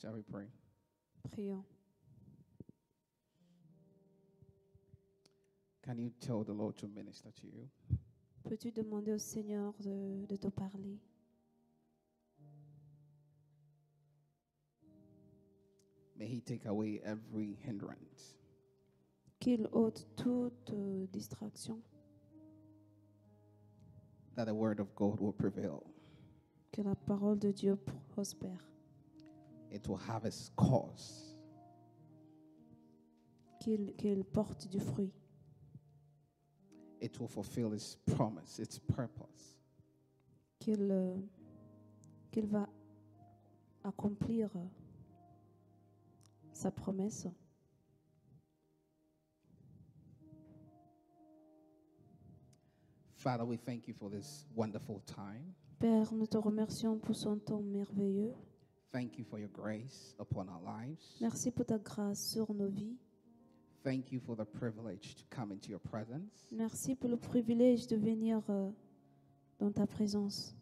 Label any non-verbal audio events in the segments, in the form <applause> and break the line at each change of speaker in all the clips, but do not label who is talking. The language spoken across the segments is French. Shall we pray?
Prions.
Can you tell the Lord to minister to you?
Peux-tu demander au Seigneur de, de te parler
May He take away every hindrance.
Qu'il ôte toute euh, distraction,
that the word of God will prevail.
que la parole de Dieu prospère,
It will have its course.
qu'il qu'il porte du fruit,
It will fulfill its promise, its purpose.
qu'il euh, qu'il va accomplir euh, sa promesse.
Father, we thank you for this wonderful time.
Père, nous te remercions pour son temps merveilleux.
Thank you for your grace upon our lives.
Merci pour ta grâce sur nos vies.
Thank you for the privilege to come into your presence.
Merci pour le privilège de venir euh, dans ta présence.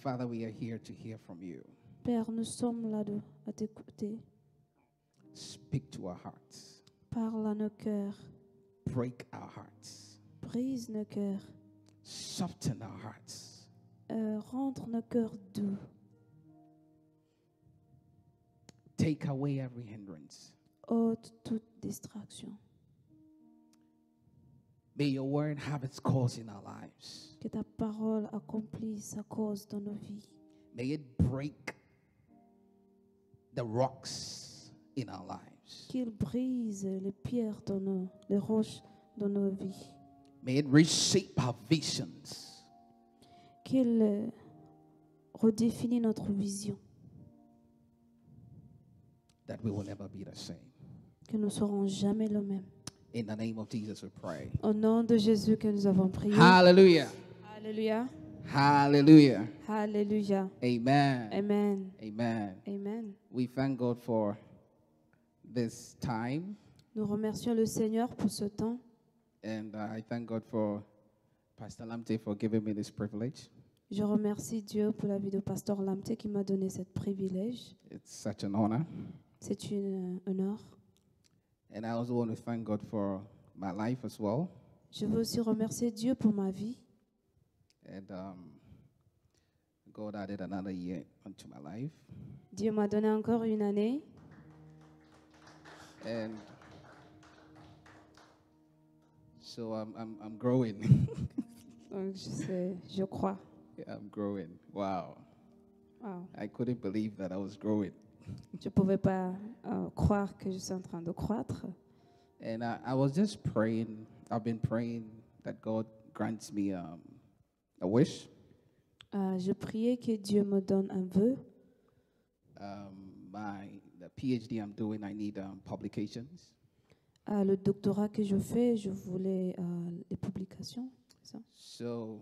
Father, we are here to hear from you.
Père, nous sommes là de- à t'écouter.
Speak to our hearts.
Parle à nos cœurs.
Break our hearts.
Brise nos cœurs.
Soften our hearts.
Euh, rendre nos cœurs doux.
Take away every hindrance.
Ôte toute distraction.
May your word have its course in our lives.
Que ta parole accomplisse sa cause dans nos vies.
May it break the rocks in our lives.
Qu'il brise les pierres dans nos, les roches dans nos vies.
May it reshape our visions.
Qu'il euh, redéfinisse notre vision.
That we will never be the same.
Que nous ne serons jamais le même.
In the name of Jesus, we pray.
Au nom de Jésus que nous avons prié.
Hallelujah.
Alléluia.
Hallelujah.
Alléluia.
Amen.
Amen.
Amen.
Amen.
We thank God for this time.
Nous remercions le Seigneur pour ce temps.
And I thank God for Pastor Lamte for giving me this privilege.
Je remercie Dieu pour la vie de Pasteur Lamte qui m'a donné ce privilège.
It's such an honor.
C'est une euh, honneur.
And I also want to thank God for my life as well.
Je veux aussi remercier Dieu pour ma vie.
And um, God added another year onto my life.
Dieu m'a donné encore une année.
And so I'm, I'm, I'm growing. <laughs>
Donc je, sais, je crois.
I'm growing. Wow.
Wow.
I couldn't believe that I was growing.
Je ne pouvais pas euh, croire que je suis en train de croître.
And I, I was just praying. I've been praying that God grants me um, a wish.
Euh, je priais que Dieu me donne un vœu.
Um, my the PhD I'm doing, I need um, publications.
Euh, le doctorat que je fais, je voulais euh, les publications. c'est ça
So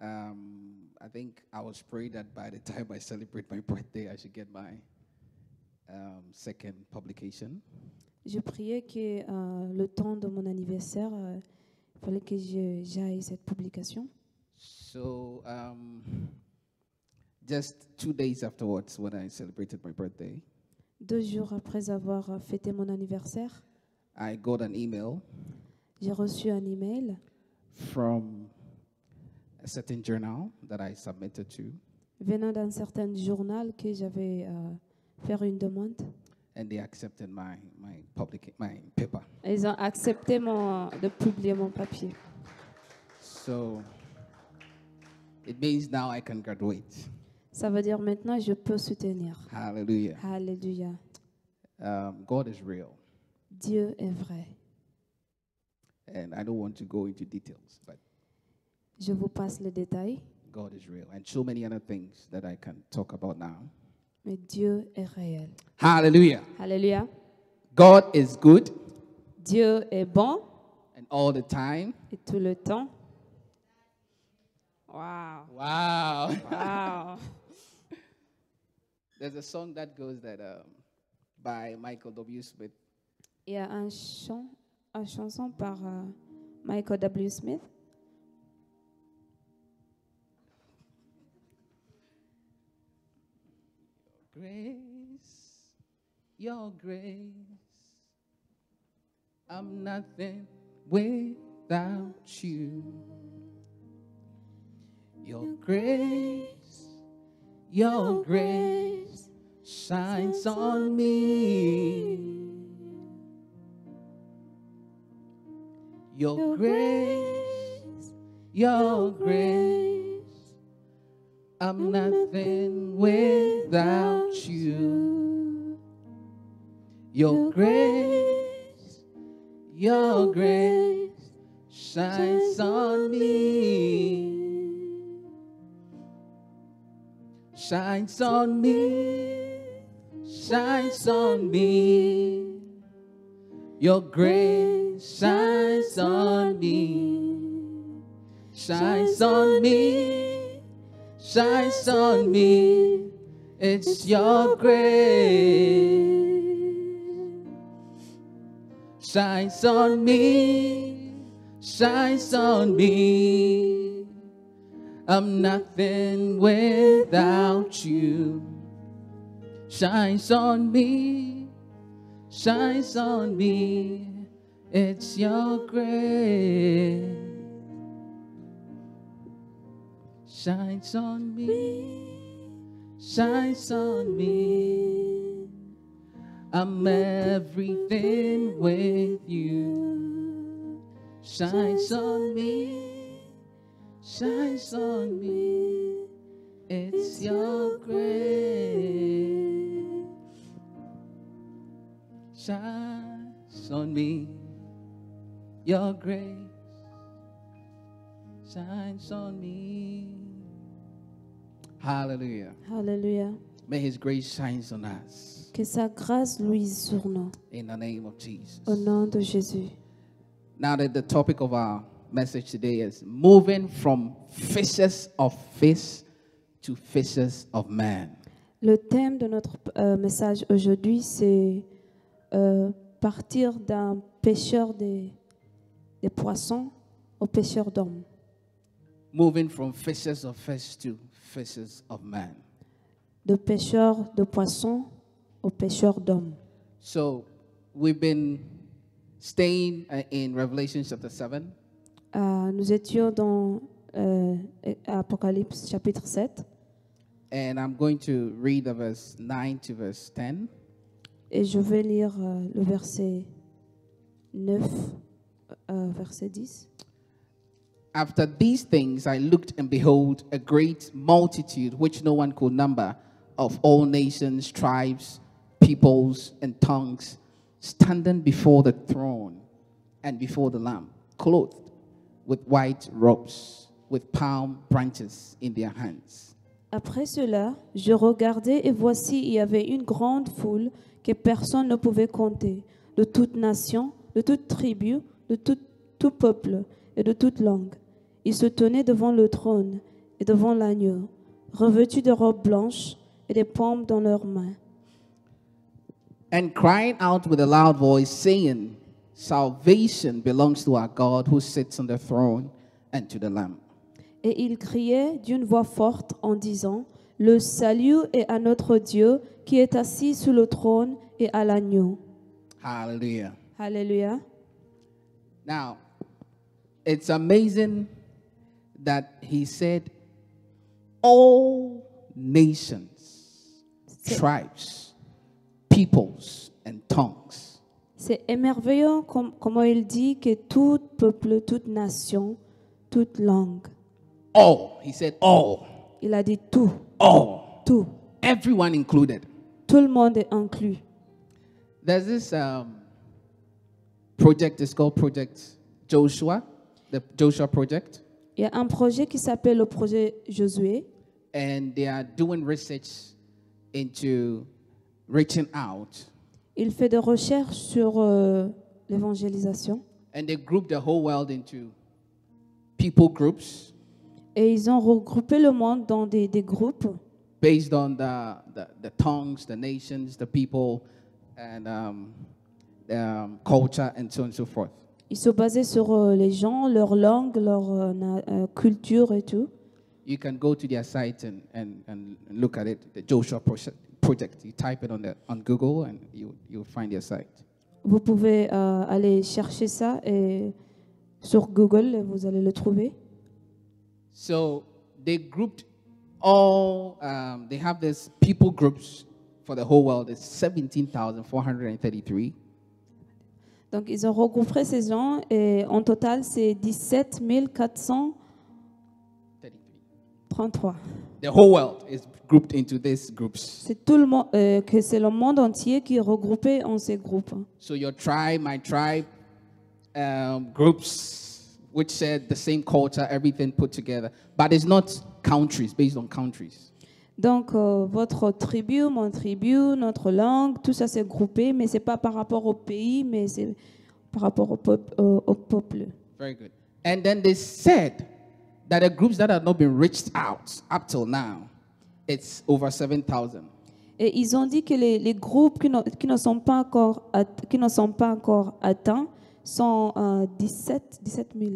um, I think I was praying that by the time I celebrate my birthday, I should get my um, second publication.
Je priais que euh, le temps de mon anniversaire, euh, il fallait que je- j'aille cette publication.
So um, just two days afterwards, when I celebrated my birthday,
Deux jours après avoir euh, fêté mon anniversaire,
I got an email
j'ai reçu un email
from a certain journal that I submitted to,
venant d'un certain journal que j'avais euh, fait une demande.
and they accepted my my public my paper.
Ils ont accepté mon, de publier mon papier.
So it means now I can graduate.
Ça veut dire maintenant je peux soutenir.
Hallelujah.
Alléluia.
Um, God is real,
Dieu est vrai.
and I don't want to go into details, but
Je vous passe les détails,
God is real, and so many other things that I can talk about now.
mais Dieu est réel.
Hallelujah.
Alléluia.
God is good,
Dieu est bon.
and all the time.
Et tout le temps. Wow.
Wow.
Wow.
There's a song that goes that um, by Michael W. Smith.
Il y a un chant, une chanson par euh, Michael W. Smith.
Grace, your grace. I'm nothing without you. Your grace, your Oh, grace shines on me. Your Oh, grace, your Oh, grace. I'm nothing without you. Your grace, your grace shines on me, shines on me, shines on me. Your grace shines on me, shines on me, shines on me. It's your grace shines on me, shines on me. I'm nothing without you. Shines on me, shines on me. It's your grace. Shines on me, shines on me. I'm everything with you. Shines on me, shines on me. It's your grace. Shines on me, your grace. Shines on me. Hallelujah.
Alléluia.
May his grace shines on us.
Que sa grâce luise sur nous.
In the name of Jesus.
Au nom de Jésus.
Now that the topic of our message today is moving from fishes of fish to fishes of man.
Le thème de notre euh, message aujourd'hui, c'est euh, partir d'un pêcheur des, des poissons au pêcheur d'hommes.
Moving from fishes of fish to fishes of man.
De pêcheur de poissons au pêcheur d'hommes.
So we've been staying uh, in Revelation chapter 7
Euh, nous étions dans euh, Apocalypse chapitre 7
and I'm going to read the verse 9 to verse 10.
et je vais lire euh, le verset 9, euh, verset 10.
After these things I looked, and behold, a great multitude which no one could number, of all nations, tribes, peoples, and tongues, standing before the throne and before the Lamb, clothed with white robes, with palm branches in their hands.
Après cela, je regardai et voici il y avait une grande foule que personne ne pouvait compter, de toute nation, de toute tribu, de tout, tout peuple et de toute langue. Ils se tenaient devant le trône et devant l'agneau, revêtus de robes blanches et des pommes dans leurs mains.
And crying out with a loud voice, saying, Salvation belongs to our God who sits on the throne and to the Lamb.
Et ils criaient d'une voix forte en disant, Le salut est à notre Dieu qui est assis sur le trône et à l'agneau.
Hallelujah.
Alléluia.
Now, it's amazing that he said all nations, tribes, peoples, and tongues.
C'est émerveillant com- comment il dit que tout peuple, toute nation, toute langue.
All. He said all.
Il a dit tout,
All.
tout.
Everyone included.
Tout le monde est inclus.
There's this um, project, it's called Project Joshua, the Joshua Project,
Il y a un projet qui s'appelle le projet Josué.
and they are doing research into reaching out.
Il fait des recherches sur euh, l'évangélisation
and they grouped the whole world into people groups
et ils ont regroupé le monde dans des, des groupes
based on the, the, the tongues, the nations, the people, and um, um, culture, and so on and so forth.
Ils se basaient sur euh, les gens, leur langue, leur euh, na- euh, culture et tout.
You can go to their site and, and, and look at it, the Joshua Proje- Project. project. You type it on the on Google and you you'll find their site.
Vous pouvez euh, aller chercher ça et sur Google, vous allez le trouver.
So they grouped all. Um, they have this people groups for the whole world. It's seventeen thousand four hundred and thirty-three.
Donc, ils ont regroupé ces gens et en total, c'est 17 433.
The whole world is grouped into these groups.
C'est tout le monde, que c'est le monde entier qui est regroupé en ces groupes.
So your tribe, my tribe, um, groups which said the same culture, everything put together. But it's not countries based on countries.
Donc, euh, votre tribu, mon tribu, notre langue, tout ça c'est groupé, mais c'est pas par rapport au pays, mais c'est par rapport au, peuple- au- au peuple.
Very good. And then they said that the groups that have not been reached out up till now, it's over 7,000.
Et ils ont dit que les, les groupes qui, n'ont- qui ne sont pas encore at- qui ne sont pas encore atteints sont euh, 17, 17 000.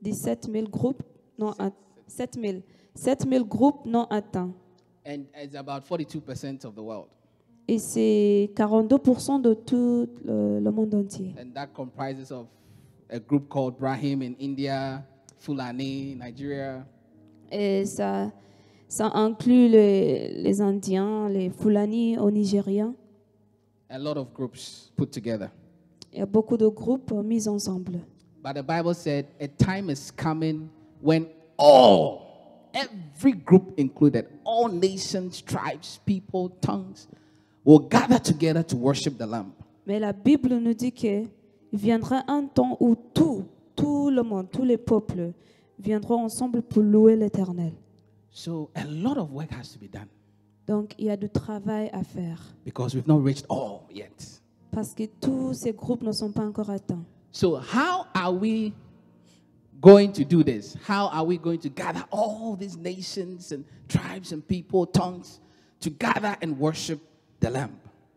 17 000 groupes non atteints. 7 000. 7 000 groupes non atteints.
And it's about 42% of the world.
Et c'est 42% de tout le, le monde entier.
And that comprises of a group called Brahim in India, Fulani, Nigeria,
Et ça, ça inclut les, les Indiens, les Fulani au Nigeria.
a lot of groups put together.
Il y a beaucoup de groupes mis ensemble.
But the Bible said a time is coming when all, every group included, all nations, tribes, people, tongues, will gather together to worship the Lamb.
Mais la Bible nous dit que viendra un temps où tout, tout le monde, tous les peuples viendront ensemble pour louer l'Éternel.
So a lot of work has to be done
Donc il y a du travail à faire
because we've not reached all yet.
parce que tous ces groupes ne sont pas encore atteints.
So how are we going to do this? How are we going to gather all these nations and tribes and people, tongues, to gather and worship the Lamb?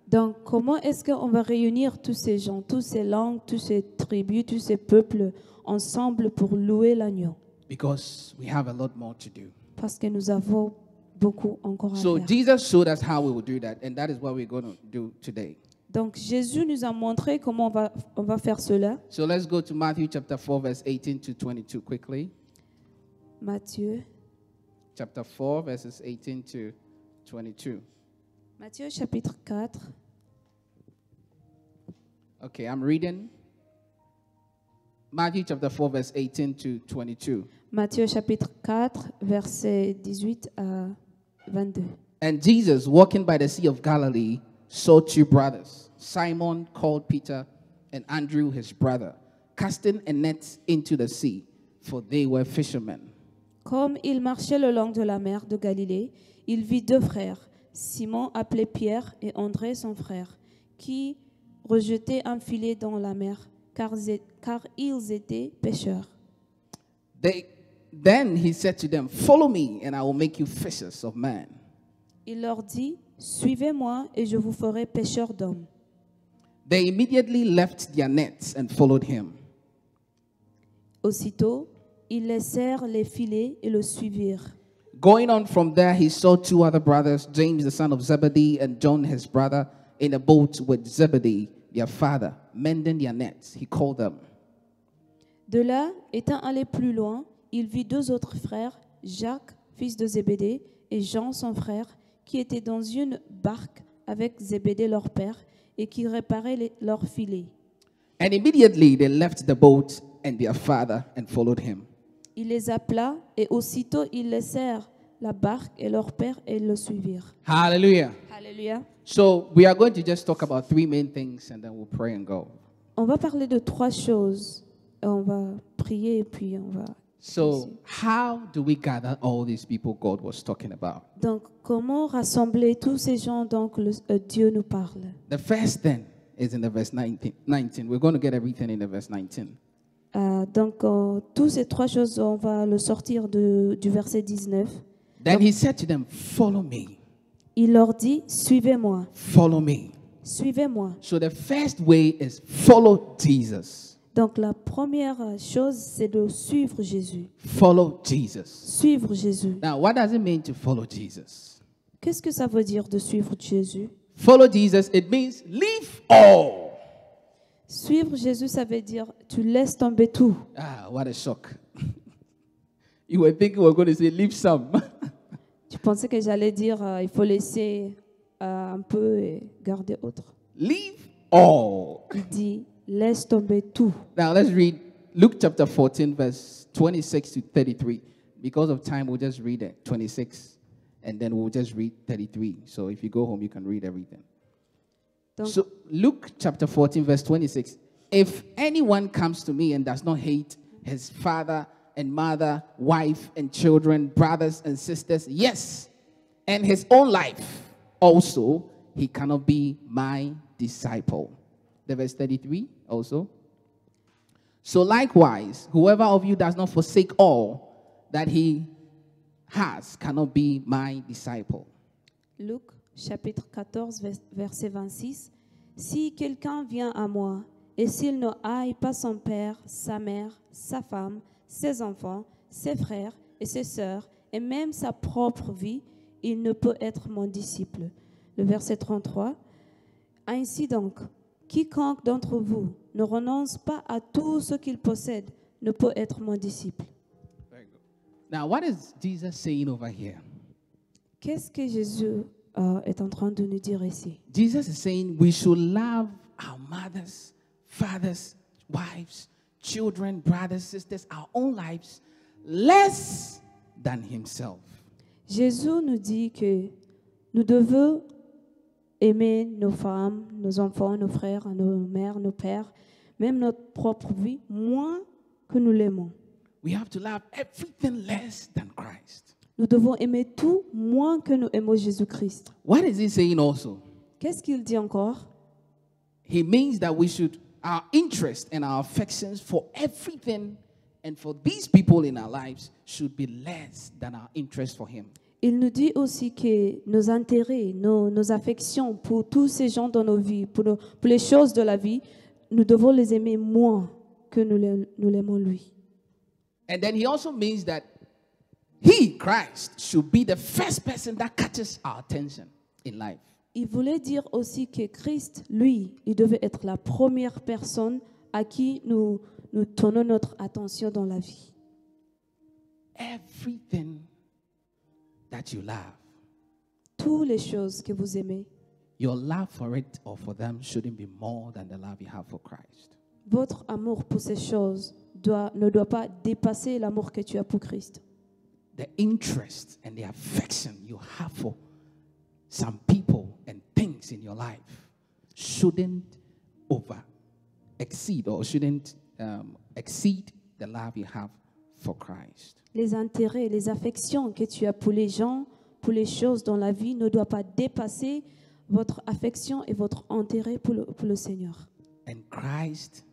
Donc comment est-ce qu'on va réunir tous ces gens, toutes ces langues, toutes ces tribus, tous ces peuples ensemble pour louer l'agneau
Because we have a lot more to do.
Parce que nous avons beaucoup encore à
So
faire.
Jesus showed us how we will do that, and that is what we're going to do today.
Donc Jésus nous a montré comment on va, on va faire cela.
So let's go to Matthew chapter 4, verse 18 to 22 quickly.
Matthieu
Chapter 4, verses 18 to 22.
Matthieu chapitre 4,
Okay, I'm reading Matthew chapter 4, verse 18 to 22.
Matthieu chapitre 4, versets 18 à 22.
And Jesus, walking by the Sea of Galilee, saw two brothers, Simon called Peter and Andrew his brother, casting a net into the sea, for they were fishermen.
Comme il marchait le long de la mer de Galilée, il vit deux frères, Simon appelé Pierre et André son frère, qui rejetaient un filet dans la mer, car, zé- car ils étaient pêcheurs.
They, then he said to them, Follow me, and I will make you fishers of men.
Il leur dit, Suivez-moi et je vous ferai pêcheurs d'hommes.
They immediately left their nets and followed him.
Aussitôt, ils laissèrent les filets et le suivirent.
Going on from there, he saw two other brothers, James the son of Zebedee and John his brother, in a boat with Zebedee, their father, mending their nets. He called them.
De là, étant allé plus loin, il vit deux autres frères, Jacques, fils de Zébédée, et Jean, son frère, qui étaient dans une barque avec Zébédée, leur père, et qui réparaient les- leurs filets.
And immediately they left the boat and their father and followed him.
Il les appela, et aussitôt ils laissèrent la barque et leur père et le suivirent.
Hallelujah.
Alléluia.
So we are going to just talk about three main things and then we'll pray and go.
On va parler de trois choses. Et On va prier et puis on va.
So, how do we gather all these people God was talking about?
Donc, comment rassembler tous ces gens dont le- euh, Dieu nous parle
The first thing is in the verse 19. 19. We're going to get everything in the verse 19.
Euh, donc, euh, toutes ces trois choses, on va le sortir de- du verset 19.
Then he said to them, Follow me,
Il leur dit, suivez-moi,
follow me.
suivez-moi.
So the first way is follow Jesus.
Donc, la première chose, c'est de suivre Jésus.
Follow Jesus.
Suivre Jésus.
Now, what does it mean to follow Jesus?
Qu'est-ce que ça veut dire de suivre Jésus
Follow Jesus, it means leave all.
Suivre Jésus, ça veut dire tu laisses tomber tout.
Ah, what a shock. <laughs> you were thinking we were going to say leave some. <laughs>
Tu pensais que j'allais dire euh, il faut laisser euh, un peu et garder autre.
leave all.
Il dit laisse tomber tout.
Now let's read Luke chapter 14, verse 26 to 33. Because of time, we'll just read it 26 and then we'll just read 33. So if you go home, you can read everything.
Donc,
So Luke chapter 14 verse 26 If anyone comes to me and does not hate his father and mother, wife and children, brothers and sisters, yes, and his own life also, he cannot be my disciple. The verse 33 also so likewise, whoever of you does not forsake all that he has cannot be my disciple.
Luc chapitre 14 vers- verset 26. Si quelqu'un vient à moi et s'il ne haït pas son père, sa mère, sa femme, ses enfants, ses frères et ses sœurs et même sa propre vie, il ne peut être mon disciple. Le verset 33. Ainsi donc, quiconque d'entre vous ne renonce pas à tout ce qu'il possède ne peut être mon disciple.
Now, what is Jesus saying over here?
Qu'est-ce que Jésus euh, est en train de nous dire ici
Jesus is saying we should love our mothers, fathers, wives, children, brothers, sisters, our own lives less than himself.
Jésus nous dit que nous devons aimer nos femmes, nos enfants, nos frères, nos mères, nos pères, même notre propre vie, moins que nous l'aimons.
We have to love everything less than Christ.
Nous devons aimer tout moins que nous aimons Jésus-Christ.
What is he saying also?
Qu'est-ce qu'il dit encore
He means that we should, our interest and our affections for everything and for these people in our lives should be less than our interest for Him.
Il nous dit aussi que nos intérêts, nos, nos affections pour tous ces gens dans nos vies, pour, nos- pour les choses de la vie, nous devons les aimer moins que nous l'aim- nous l'aimons lui.
And then He also means that He, Christ, should be the first person that catches our attention in life.
Il voulait dire aussi que Christ, lui, il devait être la première personne à qui nous, nous tournons notre attention dans la vie.
Everything that you love,
Toutes les choses que vous aimez,
your love for it or for them shouldn't be more than the love you have for Christ.
votre amour pour ces choses doit- ne doit pas dépasser l'amour que tu as pour Christ.
the interest and the affection you have for some people and things in your life shouldn't over exceed or shouldn't um, exceed the love you have for Christ.
Les intérêts, les affections que tu as pour les gens, pour les choses dans la vie, ne doivent pas dépasser votre affection et votre intérêt pour le- pour le Seigneur.
And Christ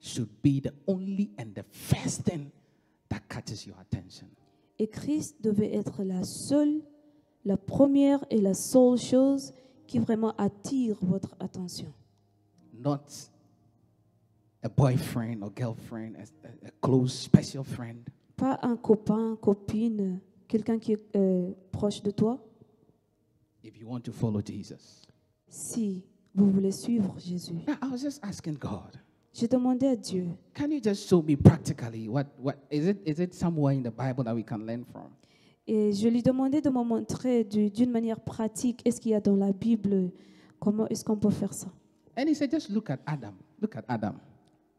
should be the only and the first thing that catches your attention.
Et Christ devait être la seule, la première et la seule chose qui vraiment attire votre attention.
Not a boyfriend or girlfriend, a, a- a close special friend,
Pas un copain, copine, quelqu'un qui est euh, proche de toi,
if you want to follow Jesus.
si vous voulez suivre Jésus.
Now, I was just asking God.
J'ai demandé à Dieu,
Can you just show me practically what, what is it is it somewhere in the Bible that we can learn from?
et je lui demandais de me montrer du- d'une manière pratique, est-ce qu'il y a dans la Bible, comment est-ce qu'on peut faire ça
And he said, just look at Adam. Look at Adam.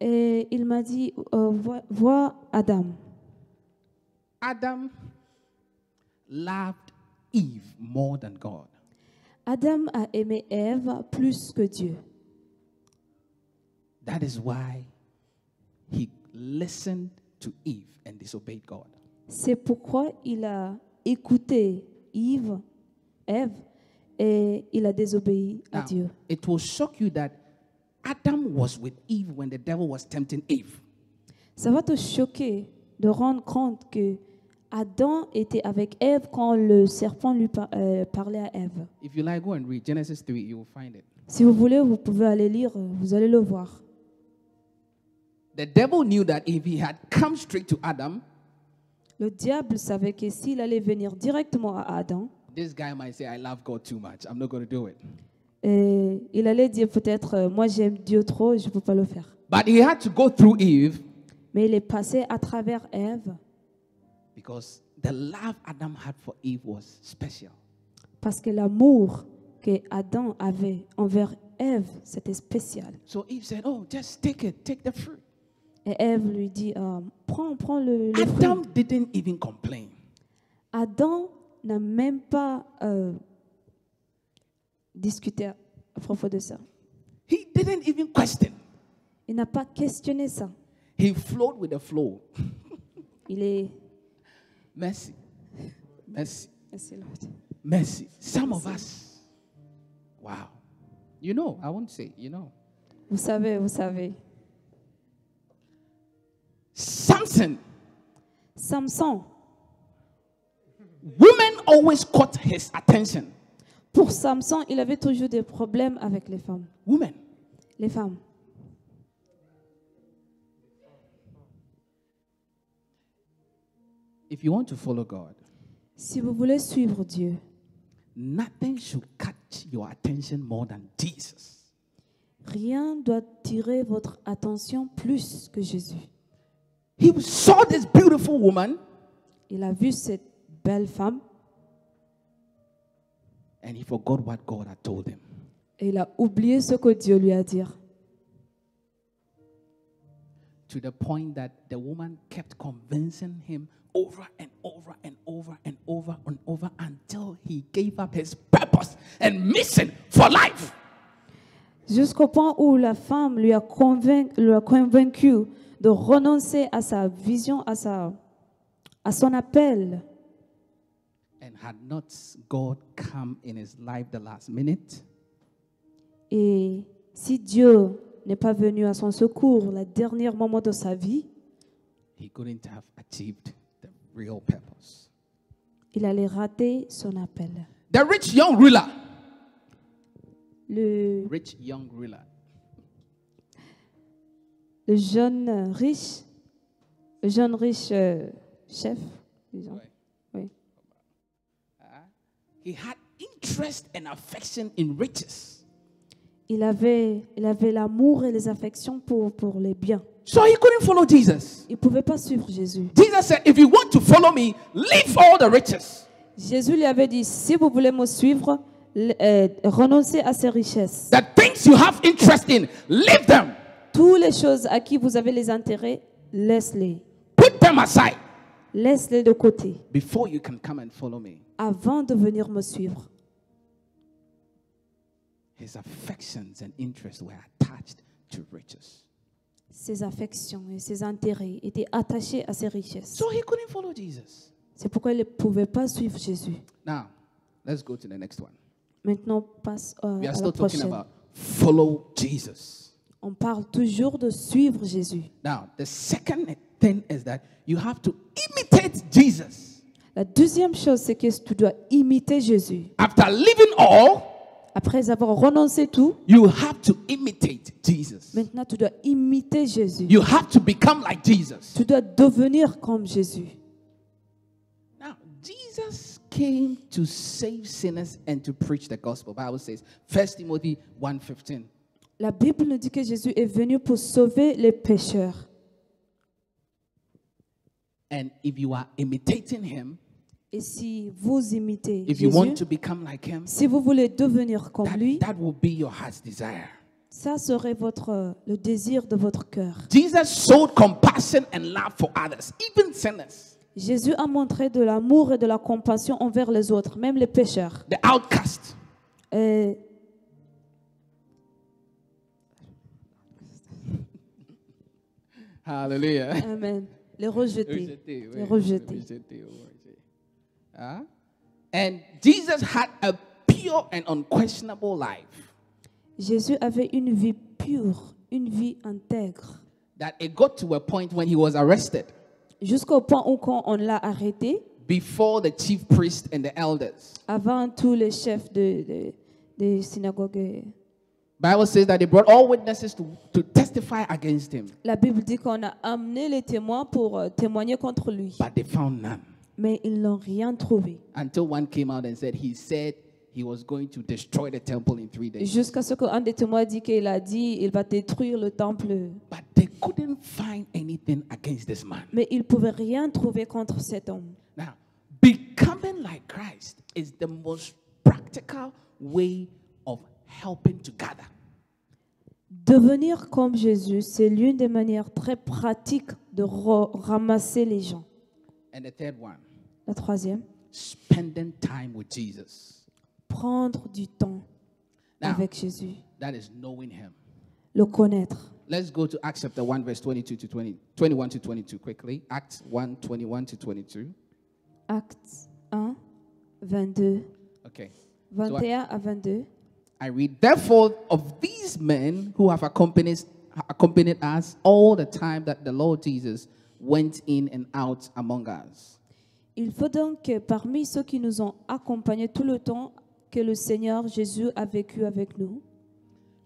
Et il m'a dit, euh, vois, vois Adam,
Adam loved Eve more than God.
Adam a aimé Ève plus que Dieu.
That is why he listened to Eve and disobeyed God.
C'est pourquoi il a écouté Yves, Ève, et il a désobéi à
Now,
Dieu.
It will shock you that Adam was with Eve when the devil was tempting Eve.
Ça va te choquer de rendre compte que Adam était avec Ève quand le serpent lui par- euh, parlait à Ève.
If you like, go and read Genesis 3, you will find it.
Si vous voulez, vous pouvez aller lire, euh, vous allez le voir.
The devil knew that if he had come straight to Adam,
Le diable savait que s'il allait venir directement à Adam,
This guy might say, I love God too much. I'm not going to do it.
Et euh, il allait dire peut-être, euh, moi j'aime Dieu trop, je ne peux pas le faire.
But he had to go through Eve
Mais il est passé à travers Ève
because the love Adam had for Eve was special.
parce que l'amour que Adam avait envers Ève, c'était spécial.
So Eve said, Oh, just take it, take the fruit.
Et Ève lui dit, euh, prends, prends le, le fruit.
Adam didn't even complain.
Adam n'a même pas euh, discuté à à propos de ça.
He didn't even question.
Il n'a pas questionné ça.
He flowed with the flow.
Il est...
Mercy. Mercy.
Merci, Lord.
Mercy. Some of us. Wow. You know, I won't say, you know.
Vous savez, vous savez.
Samson,
Samson,
women always caught his attention.
pour Samson, il avait toujours des problèmes avec les femmes.
Women.
Les femmes.
If you want to follow God,
Si vous voulez suivre Dieu,
nothing should catch your attention more than Jesus.
rien doit tirer votre attention plus que Jésus.
He saw this beautiful woman
Il a vu cette belle femme
and he forgot what God had told him.
et il a oublié ce que Dieu lui a dit.
to the point that the woman kept convincing him over and over and over and over and over until he gave up his purpose and mission for life.
Jusqu'au point où la femme lui a, convainc- lui a convaincu de renoncer à sa vision, à, sa, à son appel.
And had not God come in his life the last minute,
Et si Dieu n'est pas venu à son secours le dernier moment de sa vie,
he couldn't have achieved the real purpose.
il allait rater son appel.
The rich young ruler,
Le,
rich young ruler,
le jeune euh, riche, le jeune riche euh, chef, disons.
Ouais.
Oui.
he had interest and affection in riches.
Il avait, il avait l'amour et les affections pour, pour les biens.
So he couldn't follow Jesus.
Il ne pouvait pas suivre Jésus.
Jesus said, If you want to follow me, leave all the riches.
Jésus lui avait dit, si vous voulez me suivre, l- euh, renoncez à ces richesses.
The things you have interest in, leave them,
Toutes les choses à qui vous avez les intérêts, laisse-les.
put them aside
Laisse-les de côté
before you can come and follow me.
avant de venir me suivre.
His affections and interests were attached to riches.
Ses affections et ses intérêts étaient attachés à ses richesses.
So he couldn't follow Jesus.
C'est pourquoi il ne pouvait pas suivre Jésus.
Now, let's go to the next one.
Maintenant, on passe euh,
We
à
are
la
still talking
prochaine.
about follow Jesus.
On parle toujours de suivre Jésus.
Now, the second thing is that you have to imitate Jesus.
La deuxième chose, c'est que tu dois imiter Jésus.
After leaving all,
Après avoir renoncé tout,
you have to imitate Jesus.
maintenant tu dois imiter Jésus.
You have to become like Jesus.
Tu dois devenir comme Jésus.
Now, Jesus came to save sinners and to preach the gospel. Bible says, 1 Timothy 1.15.
La Bible nous dit que Jésus est venu pour sauver les pécheurs.
And if you are imitating him,
Et si vous imitez
if you want
Jésus,
to become like him,
si vous voulez devenir comme
that,
lui,
that will be your heart's desire.
ça serait votre, euh, le désir de votre cœur.
Jesus showed compassion and love for others, even sinners,
Jésus a montré de l'amour et de la compassion envers les autres, même les pécheurs.
the outcast,
Et
Hallelujah.
Amen. Les rejeter. Les rejeter.
Huh? And Jesus had a pure and unquestionable life.
Jésus avait une vie pure, une vie intègre,
that it got to a point when he was arrested
jusqu'au point où quand on l'a arrêté,
before the chief priest and the elders.
avant tous les chefs de, de- des synagogues. et-
Bible says that they brought all witnesses to, to testify against him,
La Bible dit qu'on a amené les témoins pour euh, témoigner contre lui,
but they found none.
mais ils n'ont rien trouvé.
until one came out and said he said he was going to destroy the temple in three days.
Jusqu'à ce qu'un des témoins dit qu'il a dit, il va détruire le temple.
But they couldn't find anything against this man.
Mais ils ne pouvaient rien trouver contre cet homme.
Now, becoming like Christ is the most practical way of helping to gather.
Devenir comme Jésus, c'est l'une des manières très pratiques de re- ramasser les gens.
And the third one,
La troisième,
spending time with Jesus.
prendre du temps
Now,
avec Jésus,
that is knowing him.
le connaître.
Let's go to Acts chapter 1, verse 22 to 20, 21 to 22 quickly. Acts 1, 21 to 22.
Actes 1, 22,
Okay.
21 à 22.
I read, therefore, of these men who have accompanied, accompanied us all the time that the Lord Jesus went in and out among us.
Il faut donc que parmi ceux qui nous ont accompagnés tout le temps que le Seigneur Jésus a vécu avec nous,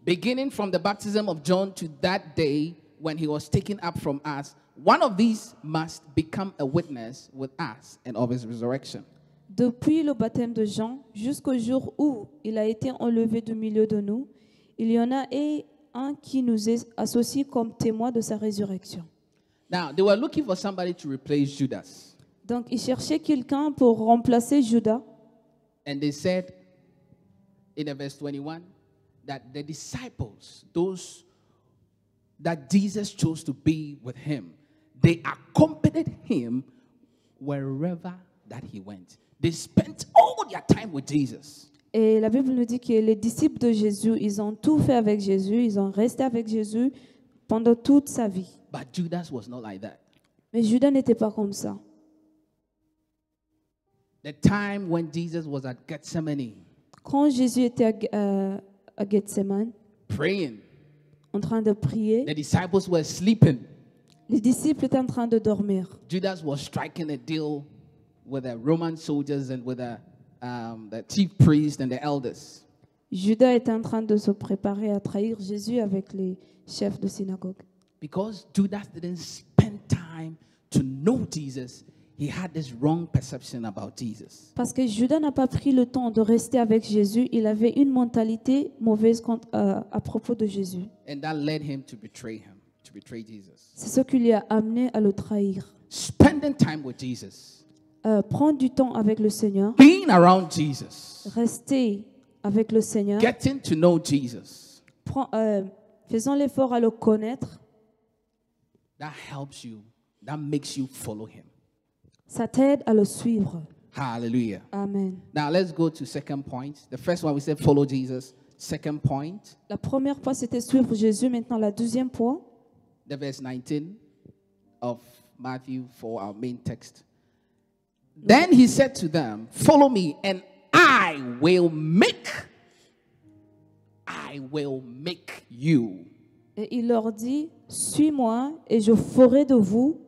Beginning from the baptism of John to that day when he was taken up from us, one of these must become a witness with us and of his resurrection.
depuis le baptême de Jean jusqu'au jour où il a été enlevé du milieu de nous, il y en a et un qui nous est associé comme témoin de sa résurrection.
Now, they were looking for somebody to replace Judas.
Donc il cherchait quelqu'un pour remplacer Judas.
And they said in the verse 21 that the disciples, those that Jesus chose to be with him, they accompanied him wherever that he went. They spent all their time with Jesus.
Et la Bible nous dit que les disciples de Jésus, ils ont tout fait avec Jésus, ils ont resté avec Jésus pendant toute sa vie.
But Judas was not like that.
Mais Judas n'était pas comme ça.
The time when Jesus was at Gethsemane
Quand Jésus était à, G- euh, à Gethsemane,
praying,
en train de prier,
the disciples were sleeping.
les disciples étaient en train de dormir.
Judas was striking a deal with the Roman soldiers and with the, um, the chief priest and the elders.
Judas était en train de se préparer à trahir Jésus avec les chefs de synagogue.
Because Judas didn't spend time to know Jesus, he had this wrong perception about Jesus.
Parce que Judas n'a pas pris le temps de rester avec Jésus, il avait une mentalité mauvaise contre- euh, à propos de Jésus.
And that led him to betray him, to betray Jesus.
C'est ce qui lui a amené à le trahir.
Spending time with Jesus,
Euh, prendre du temps avec le Seigneur,
being around Jesus,
rester avec le Seigneur,
getting to know Jesus,
prends- euh, faisons l'effort à le connaître,
that helps you, that makes you follow him.
ça t'aide à le suivre.
Hallelujah.
Amen.
Now let's go to second point. The first one we said follow Jesus. Second point,
La première fois, c'était suivre Jésus. Maintenant, la deuxième fois,
the verse 19 of Matthew for our main text. Then he said to them, Follow me, and I will make, I will make you.
et il leur dit, suis-moi et je ferai de vous.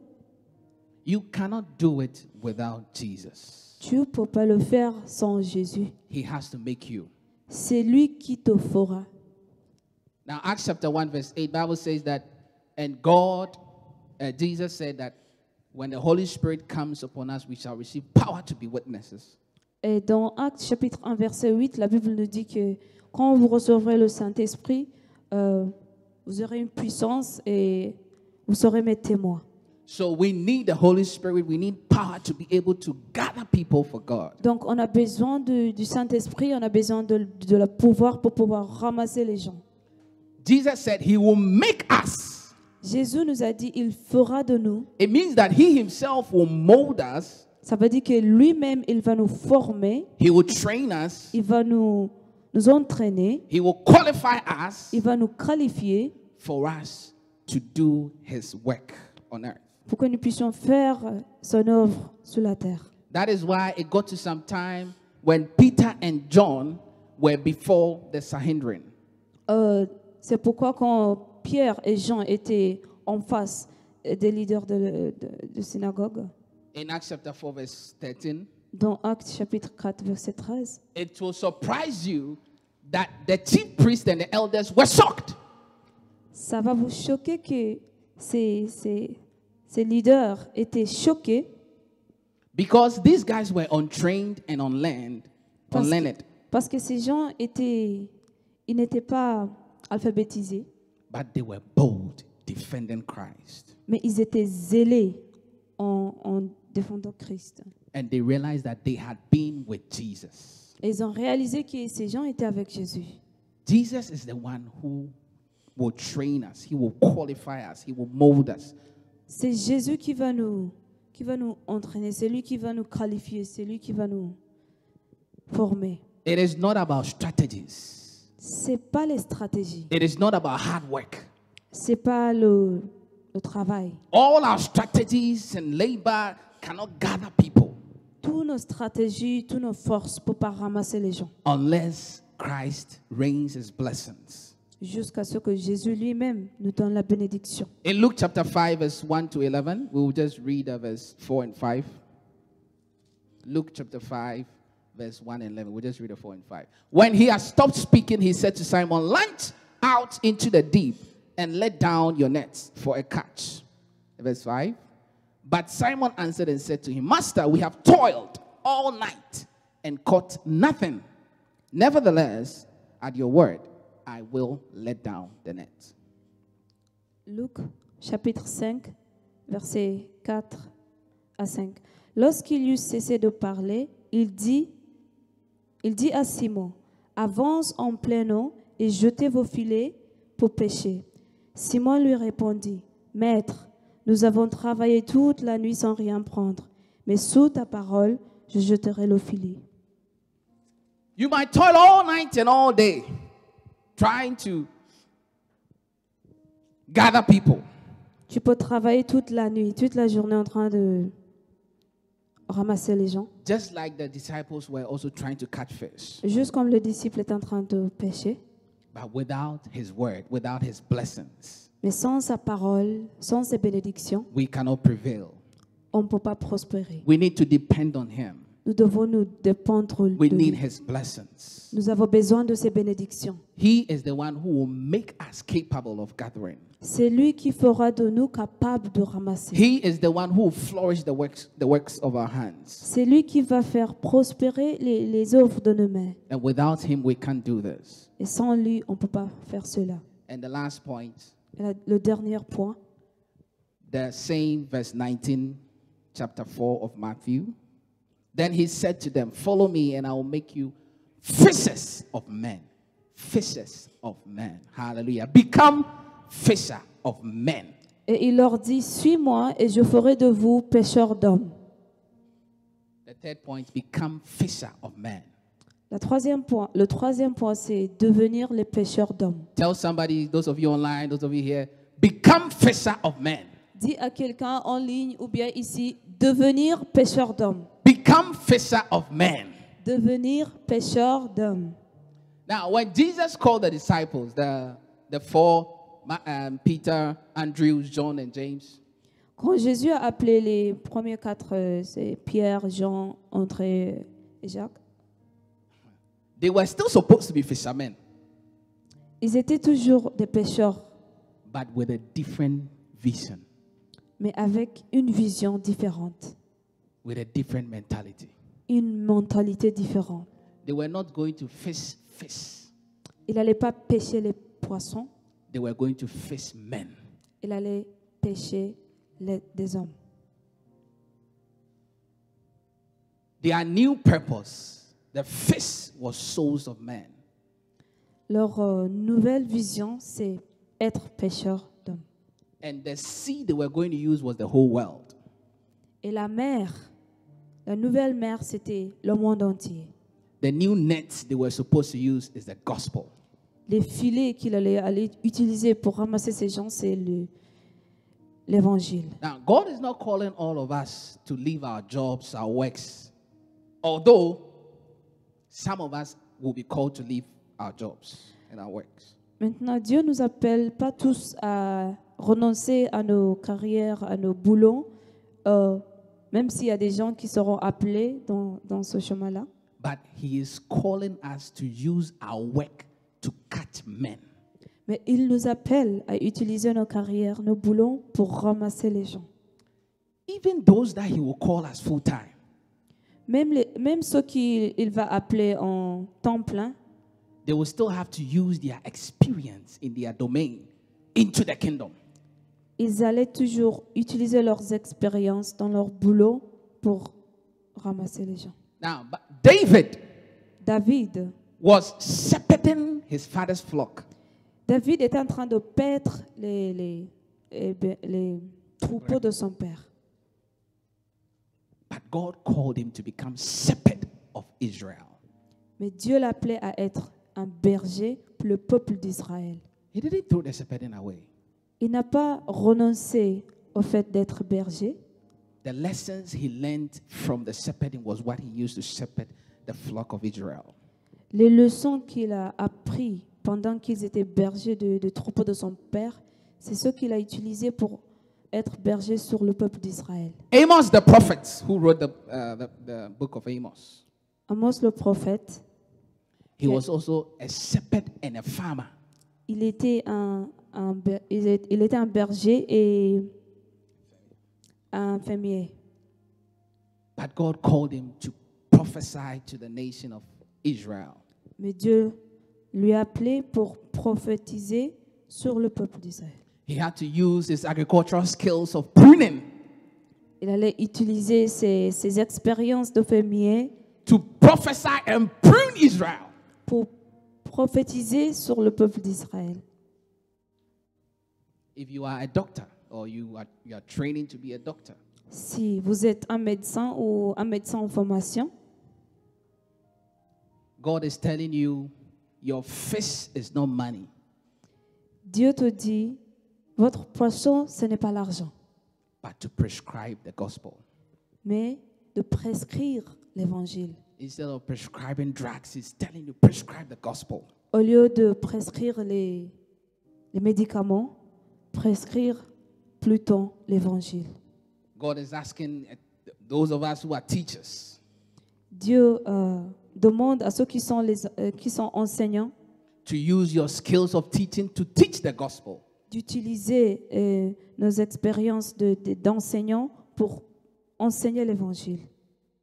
You cannot do it without Jesus.
Tu ne peux pas le faire sans Jésus.
He has to make you.
C'est lui qui te fera.
Now, Acts chapter 1, verse 8, Bible says that, and God, uh, Jesus said that when the Holy Spirit comes upon us, we shall receive power to be witnesses.
Et dans Actes chapitre 1, verset 8, la Bible nous dit que quand vous recevrez le Saint-Esprit, euh, vous aurez une puissance et vous serez mes témoins.
So we need the Holy Spirit. We need power to be able to gather people for God.
Donc on a besoin de- du Saint-Esprit, on a besoin de, de la pouvoir pour pouvoir ramasser les gens.
Jesus said he will make us.
Jésus nous a dit, il fera de nous.
It means that he himself will mold us.
Ça veut dire que lui-même, il va nous former,
He will train us.
il va nous, nous entraîner,
He will qualify us
il va nous qualifier
for us to do his work on earth.
pour que nous puissions faire son œuvre sur la terre.
That is why it got to some time when Peter and John were before the Sanhedrin.
Euh, c'est pourquoi quand Pierre et Jean étaient en face des leaders de, de- de synagogue,
In Acts chapter 4, verse 13,
dans Actes chapitre 4, verset 13,
it will surprise you that the chief priests and the elders were shocked.
ça va vous choquer que ces, ces, ces leaders étaient choqués
Because these guys were untrained and unlearned,
Parce que-
unlearned.
Parce que ces gens étaient, ils n'étaient pas alphabétisés,
But they were bold defending Christ.
mais ils étaient zélés en, en défendant Christ.
And they realized that they had been with Jesus.
Et ils ont réalisé que ces gens étaient avec Jésus.
Jesus is the one who will train us, He will qualify us, He will mold us.
C'est Jésus qui va nous, qui va nous entraîner, c'est lui qui va nous qualifier, c'est lui qui va nous former.
It is not about strategies,
C'est pas les stratégies,
it is not about hard work.
c'est pas le, le travail.
All our strategies and labor cannot gather people
Toutes nos stratégies, toutes nos forces pour pas ramasser les gens,
unless Christ rains His blessings.
jusqu'à ce que Jésus lui-même nous donne la bénédiction.
In Luke chapter 5, verse 1 to 11, we'll just read uh, verse 4 and 5. Luke chapter 5, verse 1 and 11. We'll just read the 4 and 5. When he had stopped speaking, he said to Simon, Launch out into the deep and let down your nets for a catch. Verse 5. But Simon answered and said to him, Master, we have toiled all night and caught nothing. Nevertheless, at your word, I will let down the net.
Luc chapitre 5, versets 4 à 5. Lorsqu'il eut cessé de parler, il dit, il dit à Simon, avance en plein eau et jetez vos filets pour pêcher. Simon lui répondit, Maître, nous avons travaillé toute la nuit sans rien prendre, mais sous ta parole, je jeterai le filet.
You might toil all night and all day trying to gather people.
Tu peux travailler toute la nuit, toute la journée en train de ramasser les gens.
Just like the disciples were also trying to catch fish.
Juste comme le disciple est en train de pécher,
But without his word, without his blessings,
mais sans sa parole, sans ses bénédictions,
we cannot prevail.
on ne peut pas prospérer.
We need to depend on him.
Nous devons nous dépendre de
We need
lui.
his blessings.
Nous avons besoin de ses bénédictions.
He is the one who will make us capable of gathering.
C'est lui qui fera de nous capables de ramasser.
He is the one who will flourish the works, the works of our hands.
C'est lui qui va faire prospérer les, les œuvres de nos mains.
And without him, we can't do this.
Et sans lui, on ne peut pas faire cela.
And the last point
Et la- le dernier point,
the same verse 19, chapter 4 of Matthew. Then he said to them, Follow me, and I will make you fishers of men. Fishers of men. Hallelujah. Become fisher of men.
et il leur dit, suis-moi et je ferai de vous pêcheurs d'hommes.
The third point become fisher of men.
La troisième point, le troisième point, c'est devenir les pêcheurs d'hommes.
Tell somebody, those of you online, those of you here, become fisher of men.
Dis à quelqu'un en ligne ou bien ici, devenir pêcheur d'hommes.
Become fisher of men.
Devenir pêcheur d'hommes.
Now, when Jesus called the disciples, the, the four, Ma- um, Peter, Andrew, John, and James,
Quand Jésus a appelé les premiers quatre, euh, c'est Pierre, Jean, André et Jacques,
They were still supposed to be fishermen,
ils étaient toujours des pêcheurs,
but with a different vision,
mais avec une vision différente,
with a different mentality.
une mentalité différente.
They were not going to fish fish,
Il n'allait pas pêcher les poissons,
they were going to fish men.
il allait pêcher les- des hommes.
Their new purpose, the fish was souls of men.
Leur euh, nouvelle vision, c'est être pêcheur d'hommes.
And the sea they were going to use was the whole world.
Et la mer, la nouvelle mer, c'était le monde entier.
The new nets they were supposed to use is the gospel.
Les filets qu'il allait, aller utiliser pour ramasser ces gens, c'est le- l'évangile.
Now, God is not calling all of us to leave our jobs, our works, although some of us will be called to leave our jobs and our works.
Maintenant, Dieu nous appelle pas tous à renoncer à nos carrières, à nos boulons, euh, même s'il y a des gens qui seront appelés dans, dans ce chemin-là.
But He is calling us to use our work to catch men.
Mais il nous appelle à utiliser nos carrières, nos boulons pour ramasser les gens.
Even those that He will call us full time,
Même, les- même ceux qu'il il va appeler en hein, temps plein,
they will still have to use their experience in their domain into the kingdom.
ils allaient toujours utiliser leurs expériences dans leur boulot pour ramasser les gens.
Now, but David
David,
was shepherding his father's flock.
David est en train de paître les, les, eh bien, les troupeaux de son père.
But God called him to become shepherd of Israel.
Mais Dieu l'appelait à être un berger pour le peuple d'Israël.
He didn't throw the shepherding away.
Il n'a pas renoncé au fait d'être berger.
The lessons he learned from the shepherding was what he used to shepherd the flock of Israel.
Les leçons qu'il a apprises pendant qu'ils étaient bergers de, de troupeaux de son père, c'est ce qu'il a utilisé pour être berger sur le peuple d'Israël.
Amos the prophet, who wrote the, uh, the, the book of Amos,
Amos le prophète,
he
Okay.
was also a shepherd and a farmer.
il était un, un ber- il est- il était un berger et un fermier.
But God called him to prophesy to the nation of Israel.
Mais Dieu lui a appelé pour prophétiser sur le peuple d'Israël.
He had to use his agricultural skills of pruning
Il allait utiliser ses, ses expériences de fermier
to prophesy and prune Israel.
pour prophétiser sur le peuple d'Israël.
If you are a doctor or you are, you are training to be a doctor,
Si vous êtes un médecin ou un médecin en formation,
God is telling you your fish is not money.
Dieu te dit, votre poisson, ce n'est pas l'argent,
but to prescribe the gospel.
mais de prescrire l'évangile.
Instead of prescribing drugs, he's telling you prescribe the gospel.
Au lieu de prescrire les, les médicaments, prescrire plutôt l'évangile.
God is asking uh, those of us who are teachers,
Dieu euh, demande à ceux qui sont, les, euh, qui sont enseignants
to use your skills of teaching to teach the gospel.
d'utiliser euh, nos expériences de- de- d'enseignants pour enseigner l'évangile.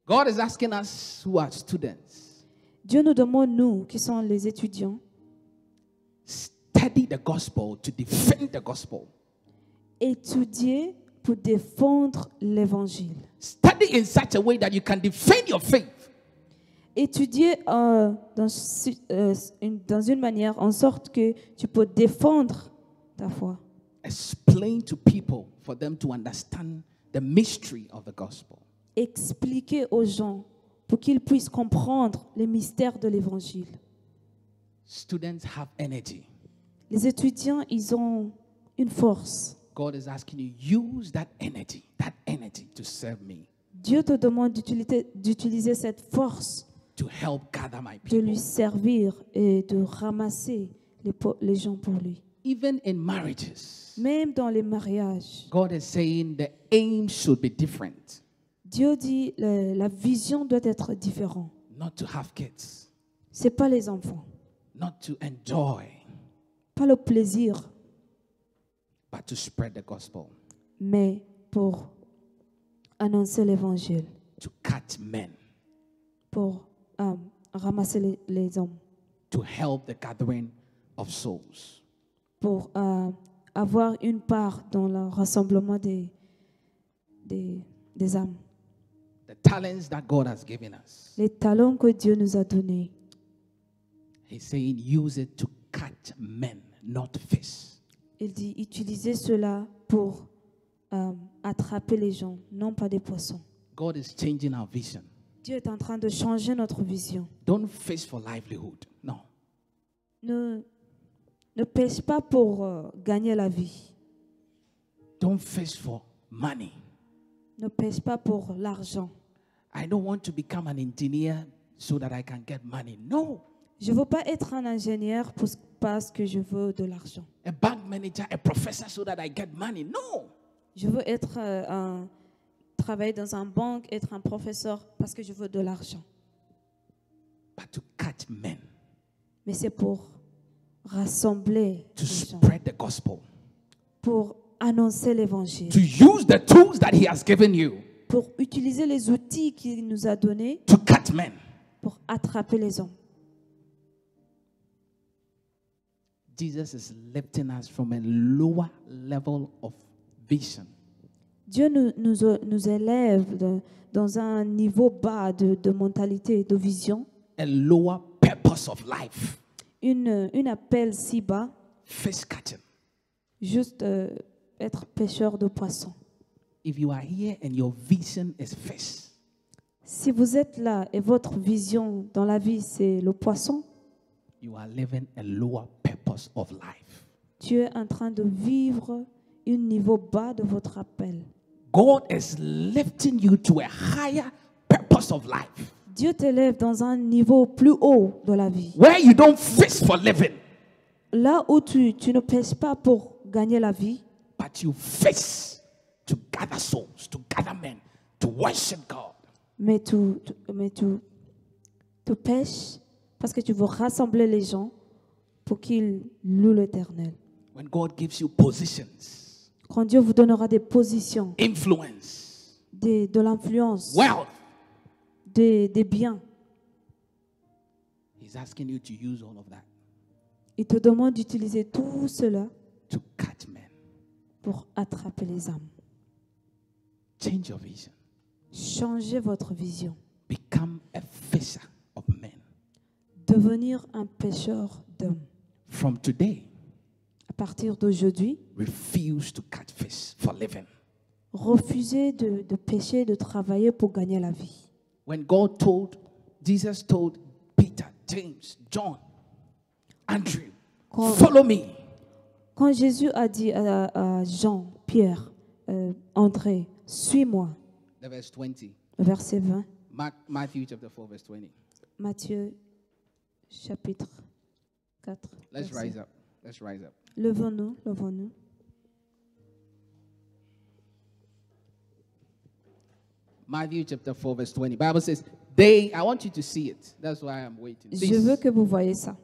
God is asking us who are students,
Dieu nous demande, nous qui sommes les étudiants,
study the gospel to defend the gospel.
étudier pour défendre l'évangile.
Study in such a way that you can defend your faith.
Étudier euh, dans, su- euh, une, dans une manière en sorte que tu peux défendre ta foi.
Explain to people for them to understand the mystery of the gospel.
Expliquer aux gens pour qu'ils puissent comprendre les mystères de l'évangile.
Students have energy.
Les étudiants, ils ont une force.
God is asking you, use that energy, that energy to serve me,
Dieu te demande d'utilité- d'utiliser cette force,
to help gather my
de lui
people.
servir et de ramasser les, po- les gens pour lui.
Even in marriages,
Même dans les mariages,
God is saying the aim should be different.
Dieu dit euh, la vision doit être différente.
Not to have kids,
C'est pas les enfants,
not to enjoy,
pas le plaisir,
but to spread the gospel,
mais pour annoncer l'évangile,
to catch men,
pour euh, ramasser les, les hommes,
to help the gathering of souls.
pour euh, avoir une part dans le rassemblement des, des, des âmes.
The talents that God has given us,
Les talents que Dieu nous a donnés,
He's saying use it to catch men, not fish.
il dit utilisez cela pour euh, attraper les gens, non pas des poissons.
God is changing our vision.
Dieu est en train de changer notre vision.
Don't fish for livelihood. No.
Ne, ne pêche pas pour euh, gagner la vie.
Don't fish for money.
Ne pêche pas pour l'argent.
I don't want to become an engineer so that I can get money. No.
Je ne veux pas être un ingénieur pour- parce que je veux de l'argent.
A bank manager, a professor so that I get money. No.
Je veux être euh, un, travailler dans un banque, être un professeur parce que je veux de l'argent.
But to catch men,
Mais c'est pour rassembler
to
les gens,
spread the gospel,
pour annoncer l'évangile,
to use the tools that he has given you
pour utiliser les outils qu'il nous a donnés
to cut men.
pour attraper les hommes.
Jesus is lifting us from a lower level of vision
Dieu nous, nous, nous élève de- dans un niveau bas de, de mentalité, de vision,
a lower purpose of life.
une, une appel si bas,
Face cutting.
juste euh, être pêcheur de poissons.
If you are here and your vision is fish,
Si vous êtes là et votre vision dans la vie, c'est le poisson,
you are living a lower purpose of life.
tu es en train de vivre un niveau bas de votre appel.
God is lifting you to a higher purpose of life
Dieu t'élève dans un niveau plus haut de la vie.
where you don't fish for living,
Là où tu, tu ne pêches pas pour gagner la vie,
but you fish to gather souls, to gather men, to worship God.
mais tu, tu- mais tu, tu pêches parce que tu veux rassembler les gens pour qu'ils louent l'éternel.
When God gives you positions,
Quand Dieu vous donnera des positions,
influence,
des, de l'influence,
wealth,
des, des biens,
He's asking you to use all of that
il te demande d'utiliser tout cela
to catch men.
pour attraper les âmes.
Change your vision.
Changez votre vision.
Become a fisher of men.
Devenir un pêcheur d'hommes.
From today,
À partir d'aujourd'hui,
refuse to catch fish for living.
refusez de, de pêcher, de travailler pour gagner la vie.
When God told, Jesus told Peter, James, John, Andrew,
Call-
follow me.
Quand Jésus a dit à, à Jean, Pierre, euh, André, suis-moi,
The verse 20.
verset 20,
Mark, Matthew chapter 4, verse 20.
Matthieu chapitre 4.
Let's
verset-
rise up. Let's rise up.
Levons-nous, levons-nous.
Matthew chapter 4, verse 20. Bible says, they, I want you to see it. That's why I'm waiting.
Je veux
Please.
que vous voyez ça.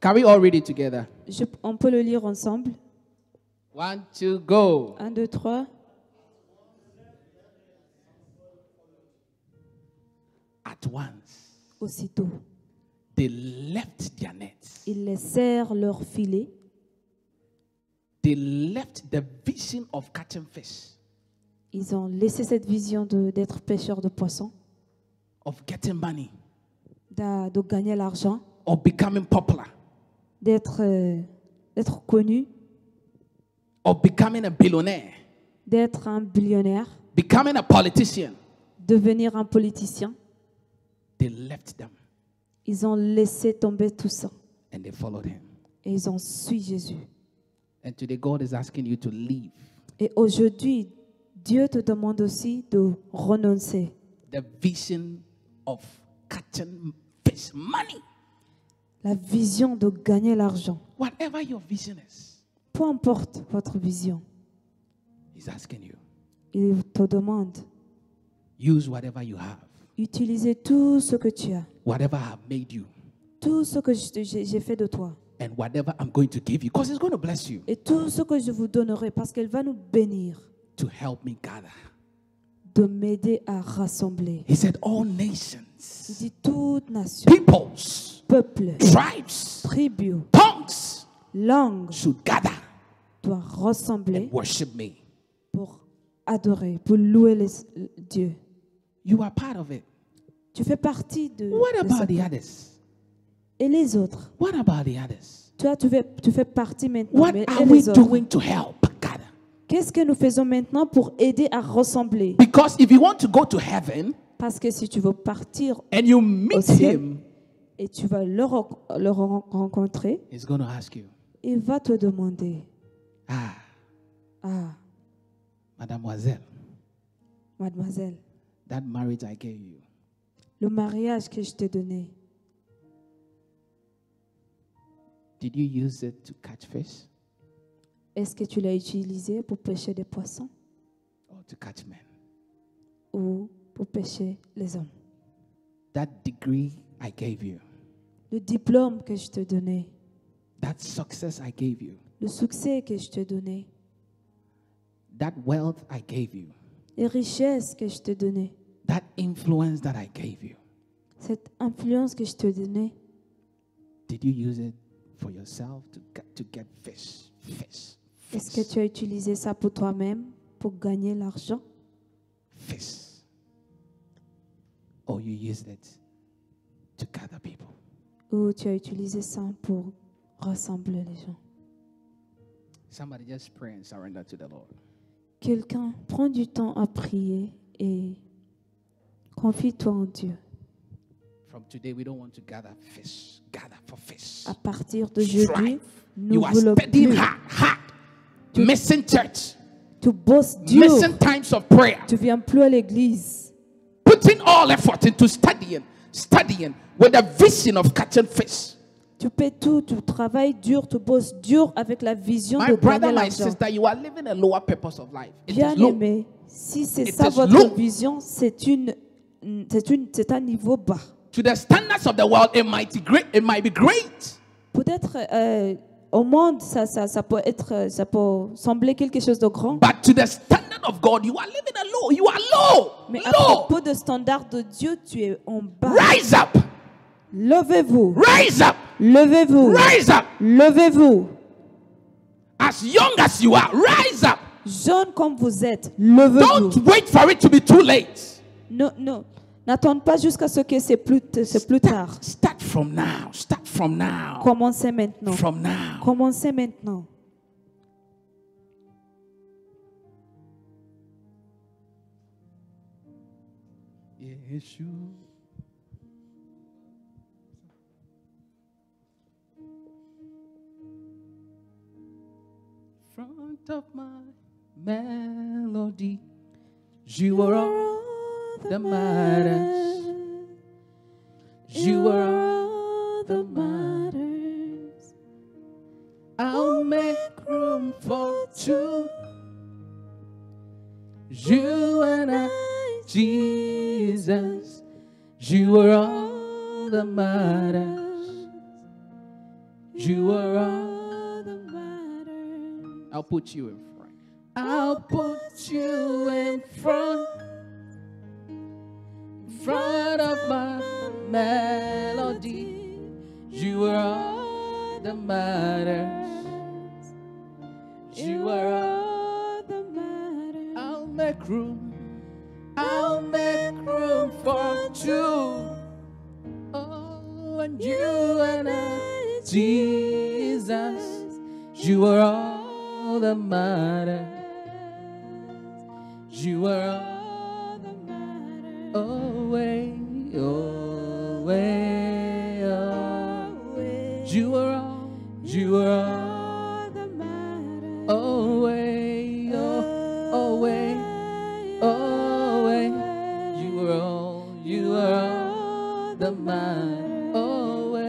Can we all read it together?
Je- on peut le lire ensemble.
One, two, go.
1, 2, 3.
At once,
Aussitôt,
they left their nets.
ils laissèrent leur filet.
They left the vision of catching fish,
Ils ont laissé cette vision de- d'être pêcheurs de poissons,
of getting money,
d'a- de gagner l'argent,
of becoming popular,
d'être euh, d'être connus,
of becoming a billionaire,
d'être un billionnaire,
becoming a politician.
devenir un politicien.
They left them
Ils ont laissé tomber tout ça
and they followed him.
et ils ont suivi Jésus.
And today, God is asking you to leave
Et aujourd'hui, Dieu te demande aussi de renoncer
the vision of catching fish, money,
la vision de gagner l'argent.
whatever your vision is.
Peu importe votre vision,
He's asking you.
il te demande
Use whatever you have,
utiliser tout ce que tu as,
whatever I have made you,
tout ce que je- j'ai j'ai fait de toi
and whatever I'm going to give you, because it's going to bless you
et tout ce que je vous donnerai parce qu'elle va nous bénir
to help me gather.
de m'aider à rassembler.
He said, All nations.
Il dit toute nation,
peoples,
peuple,
tribes,
tribu,
tongues
langue
should gather
doit
and
ressembler
worship me.
pour adorer, pour louer les- Dieu.
You are part of it.
Tu fais partie de,
What
de ça.
about the others?
Et les autres
What about the others?
Toi, tu fais, tu fais partie maintenant.
What
mais-
are
et
we
les autres
doing to help gather?
Qu'est-ce que nous faisons maintenant pour aider à ressembler
Because if you want to go to heaven
Parce que si tu veux partir
and you meet
Aussi.
him,
et tu vas le, ren- le ren- rencontrer,
he's going to ask you,
il va te demander
Ah,
Ah,
mademoiselle,
mademoiselle,
that marriage I gave you,
le mariage que je t'ai donné,
did you use it to catch fish
est-ce que tu l'as utilisé pour pêcher des poissons
or to catch men?
ou pour pêcher les hommes
That degree I gave you,
Le diplôme que je t'ai donné,
that success I gave you,
le succès que je t'ai donné,
that wealth I gave you,
les richesses que je te donnais,
that influence that I gave you,
cette influence que je te donnais,
did you use it for yourself to get, to get fish, fish,
est-ce que
fish,
tu as utilisé ça pour toi-même, pour gagner l'argent,
fish? Or you used it to gather people?
ou tu as utilisé ça pour rassembler les gens
Somebody just pray and surrender to the Lord.
Quelqu'un, prends du temps à prier et confie-toi en Dieu.
From today, we don't want to gather fish, gather for fish.
À partir de jeudi,
Strive.
nous
You are
voulons
spending
plus.
hard, hard, missing church,
Tu bosses Dieu.
missing times of prayer.
Tu viens plus à l'église.
putting all effort into studying, studying with a vision of catching fish.
Tu paies tout, tu travailles dur, tu bosses dur avec la vision
My
de gagner
brother, my
l'argent.
sister, you are living a lower purpose of life. It
Bien
is low.
aimé, si c'est
It
ça
is
votre
low.
vision, c'est une, c'est une, c'est un niveau bas.
To the standards of the world, it might be great. It might be great.
Peut-être euh, au monde, ça, ça, ça peut être, euh, ça peut sembler quelque chose de grand.
But to the standard of God, you are living a low. You are low.
Mais à
low.
propos de standards de Dieu, tu es en bas.
Rise up.
Levez-vous,
Rise up.
levez-vous,
Rise up.
levez-vous.
As young as you are, rise up.
Jeune comme vous êtes,
Don't
levez-vous.
wait for it to be too late.
Non, non. N'attendez pas jusqu'à ce que c'est plus, t- c'est plus tard.
Start from now. Start from now.
Commencez maintenant.
From now.
Commencez maintenant.
Yeshua. Front of my melody, you were all, the matters. you were all. the matters. I'll make room for two. You and I, Jesus, you were all that matters. You were all that matters. I'll put you in front. I'll put you in front. In front of my melody. You were all that matters. You are all that matters. I'll make room. I'll make room for two. Oh, and you and I, Jesus. You are all that matters. You are all that matters. Away, away, away. You are all. You are all that matters. Away, oh, away, away. You are all. You are all that matters. Away,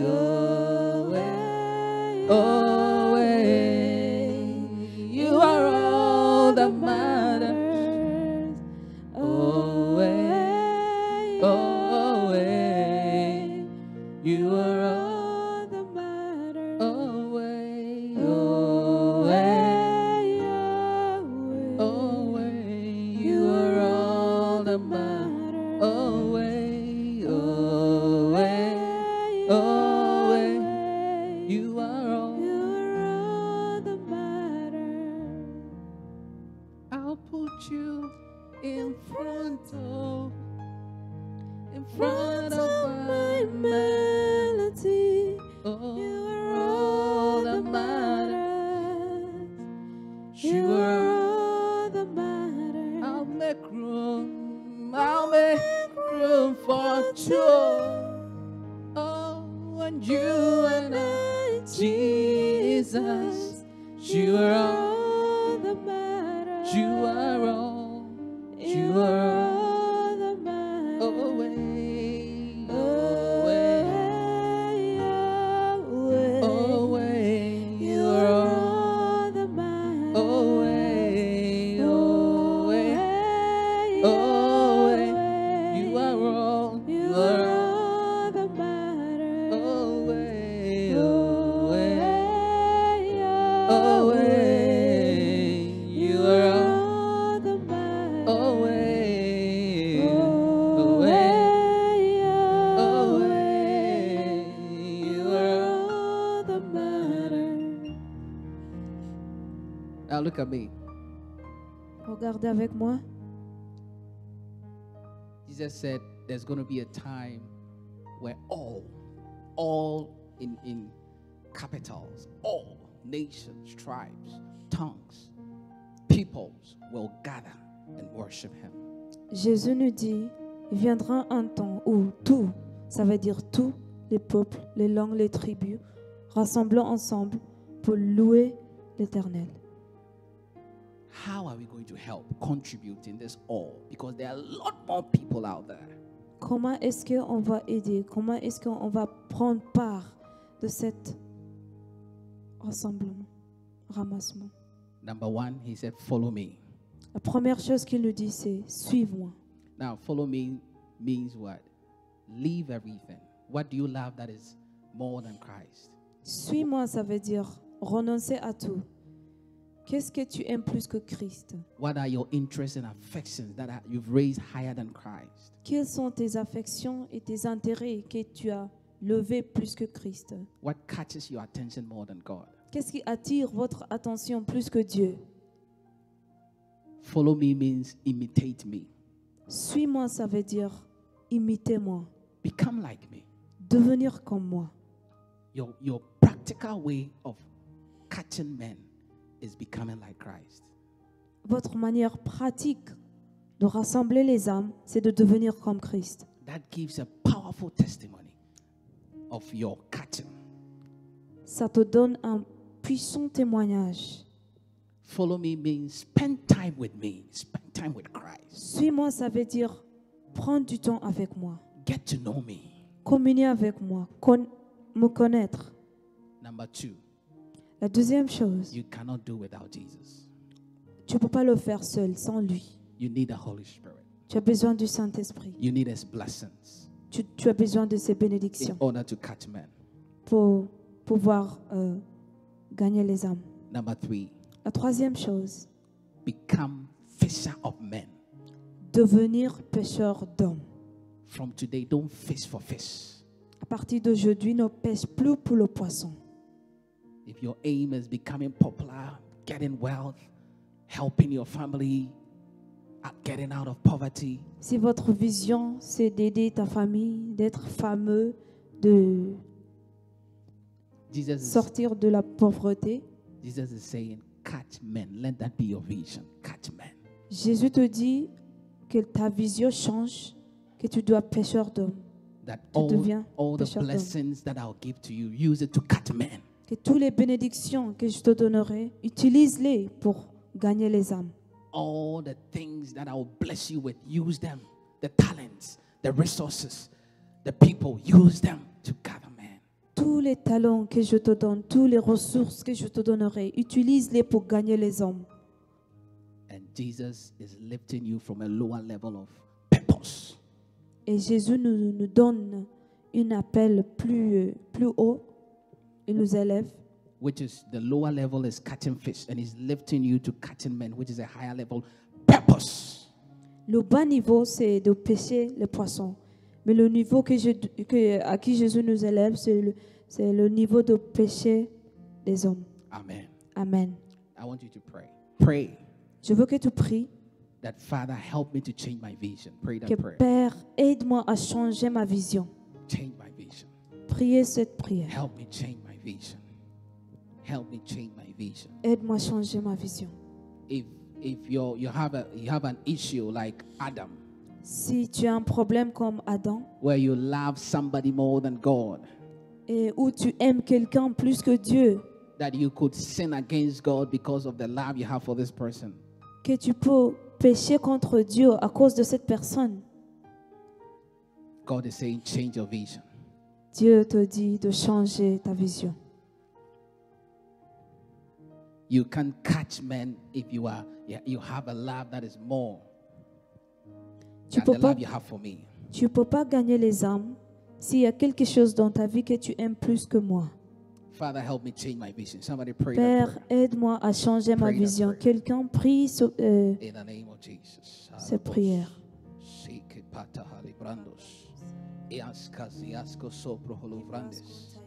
away, away. You are all that matters. Away, away. You are all that matters. Away, away, away. You are all that matters. Away, away, away. You are all. I'll put you in front of, in front of my melody. Oh, you are all that matters. You are all that matters. I'll make room. I'll make room for two. Oh, and you and I, Jesus, you are all that matters. You are all. You are all that matters. Away, away, away. You are all that matters. Away, away, away. You are all. You are all that matters. Away, away, away. Now look at me.
Regardez avec moi.
Jesus said there's going to be a time where all, all in, in capitals, all nations, tribes, tongues, peoples will gather and worship him.
Jésus nous dit, il viendra un temps où tout, ça veut dire tous les peuples, les langues, les tribus, rassemblons ensemble pour louer l'Éternel.
How are we going to help contribute in this all? Because there are a lot more people out there.
Comment est-ce qu'on va aider Comment est-ce qu'on va prendre part de cet rassemblement, ramassement
Number one, he said, Follow me.
La première chose qu'il nous dit, c'est suive-moi.
Now, follow me means what? Leave everything. What do you love that is more than Christ?
Suis-moi, ça veut dire renoncer à tout. Qu'est-ce que tu aimes plus que Christ
What are your interests and affections that are, you've raised higher than Christ?
Quelles sont tes affections et tes intérêts que tu as levés plus que Christ
What catches your attention more than God?
Qu'est-ce qui attire votre attention plus que Dieu
Follow me means imitate me.
Suis-moi, ça veut dire imitez-moi,
Become like me.
devenir comme moi.
Your, your practical way of catching men is becoming like Christ.
Votre manière pratique de rassembler les âmes, c'est de devenir comme Christ.
That gives a powerful testimony of your catching.
Ça te donne un puissant témoignage.
Follow me means spend time with me, spend time with Christ,
Suis-moi, ça veut dire prendre du temps avec moi,
get to know me.
communier avec moi, con- me connaître.
Number two,
La deuxième chose,
you cannot do without Jesus.
tu ne peux pas le faire seul, sans lui.
You need the Holy Spirit,
Tu as besoin du Saint-Esprit.
you need His blessings
Tu, tu as besoin de ses
in
bénédictions
order to catch men.
pour pouvoir euh, gagner les âmes.
Number three,
La troisième chose,
become fisher of men.
devenir pêcheur d'hommes.
From today, don't fish for fish.
À partir d'aujourd'hui, ne pêche plus pour le poisson.
If your aim is becoming popular, getting wealth, helping your family, uh, getting out of poverty,
Si votre vision, c'est d'aider ta famille, d'être fameux, de
Jesus is,
sortir de la pauvreté,
Jesus is saying, catch men. Let that be your vision. Catch men.
Jésus te dit que ta vision change, que tu dois pêcheur d'hommes.
That
Tu
all,
deviens
all the
pêcheur d'hommes.
blessings that I'll give to you, use it to catch men.
Que toutes les bénédictions que je te donnerai, utilise-les pour gagner les âmes.
All the things that I'll bless you with, use them. The talents, the resources, the people, use them to gather men.
Tous les talents que je te donne, toutes les ressources que je te donnerai, utilise-les pour gagner les hommes.
And Jesus is lifting you from a lower level of purpose.
Et Jésus nous, nous donne un appel plus, plus haut. Il nous élève.
which is the lower level is catching fish and he's lifting you to catching men which is a higher level purpose
Le bas niveau, c'est de pêcher les poissons. Mais le niveau que je, que, à qui Jésus nous élève, c'est le, c'est le niveau de péché des hommes.
amen
Amen.
i want you to pray pray
Je veux que tu pries
that father help me to change my vision pray that
que
prayer
Père, aide-moi à changer ma vision.
change my vision
Priez cette prière.
help me change my vision help me change my vision
Aide-moi à changer ma vision.
if if you you have a you have an issue like adam
Si tu as un problème comme Adam,
where you love somebody more than god
et où tu aimes quelqu'un plus que Dieu,
that you could sin against god because of the love you have for this person
que tu peux pécher contre Dieu à cause de cette personne,
god is saying change your vision
Dieu te dit de changer ta vision.
You can catch men if you are yeah, you have a love that is more
Tu
than
peux
the
pas
love you have for me.
Tu ne peux pas gagner les âmes s'il y a quelque chose dans ta vie que tu aimes plus que moi.
Father, help me change my vision. Somebody pray that
Père, aide-moi à changer ma
Pray that
vision.
prayer.
Quelqu'un prie ce- euh,
prayer in the name of Jesus.
cette prière.
Sike pata halibrandos. Iaskas, iaskos sopro holovrandes.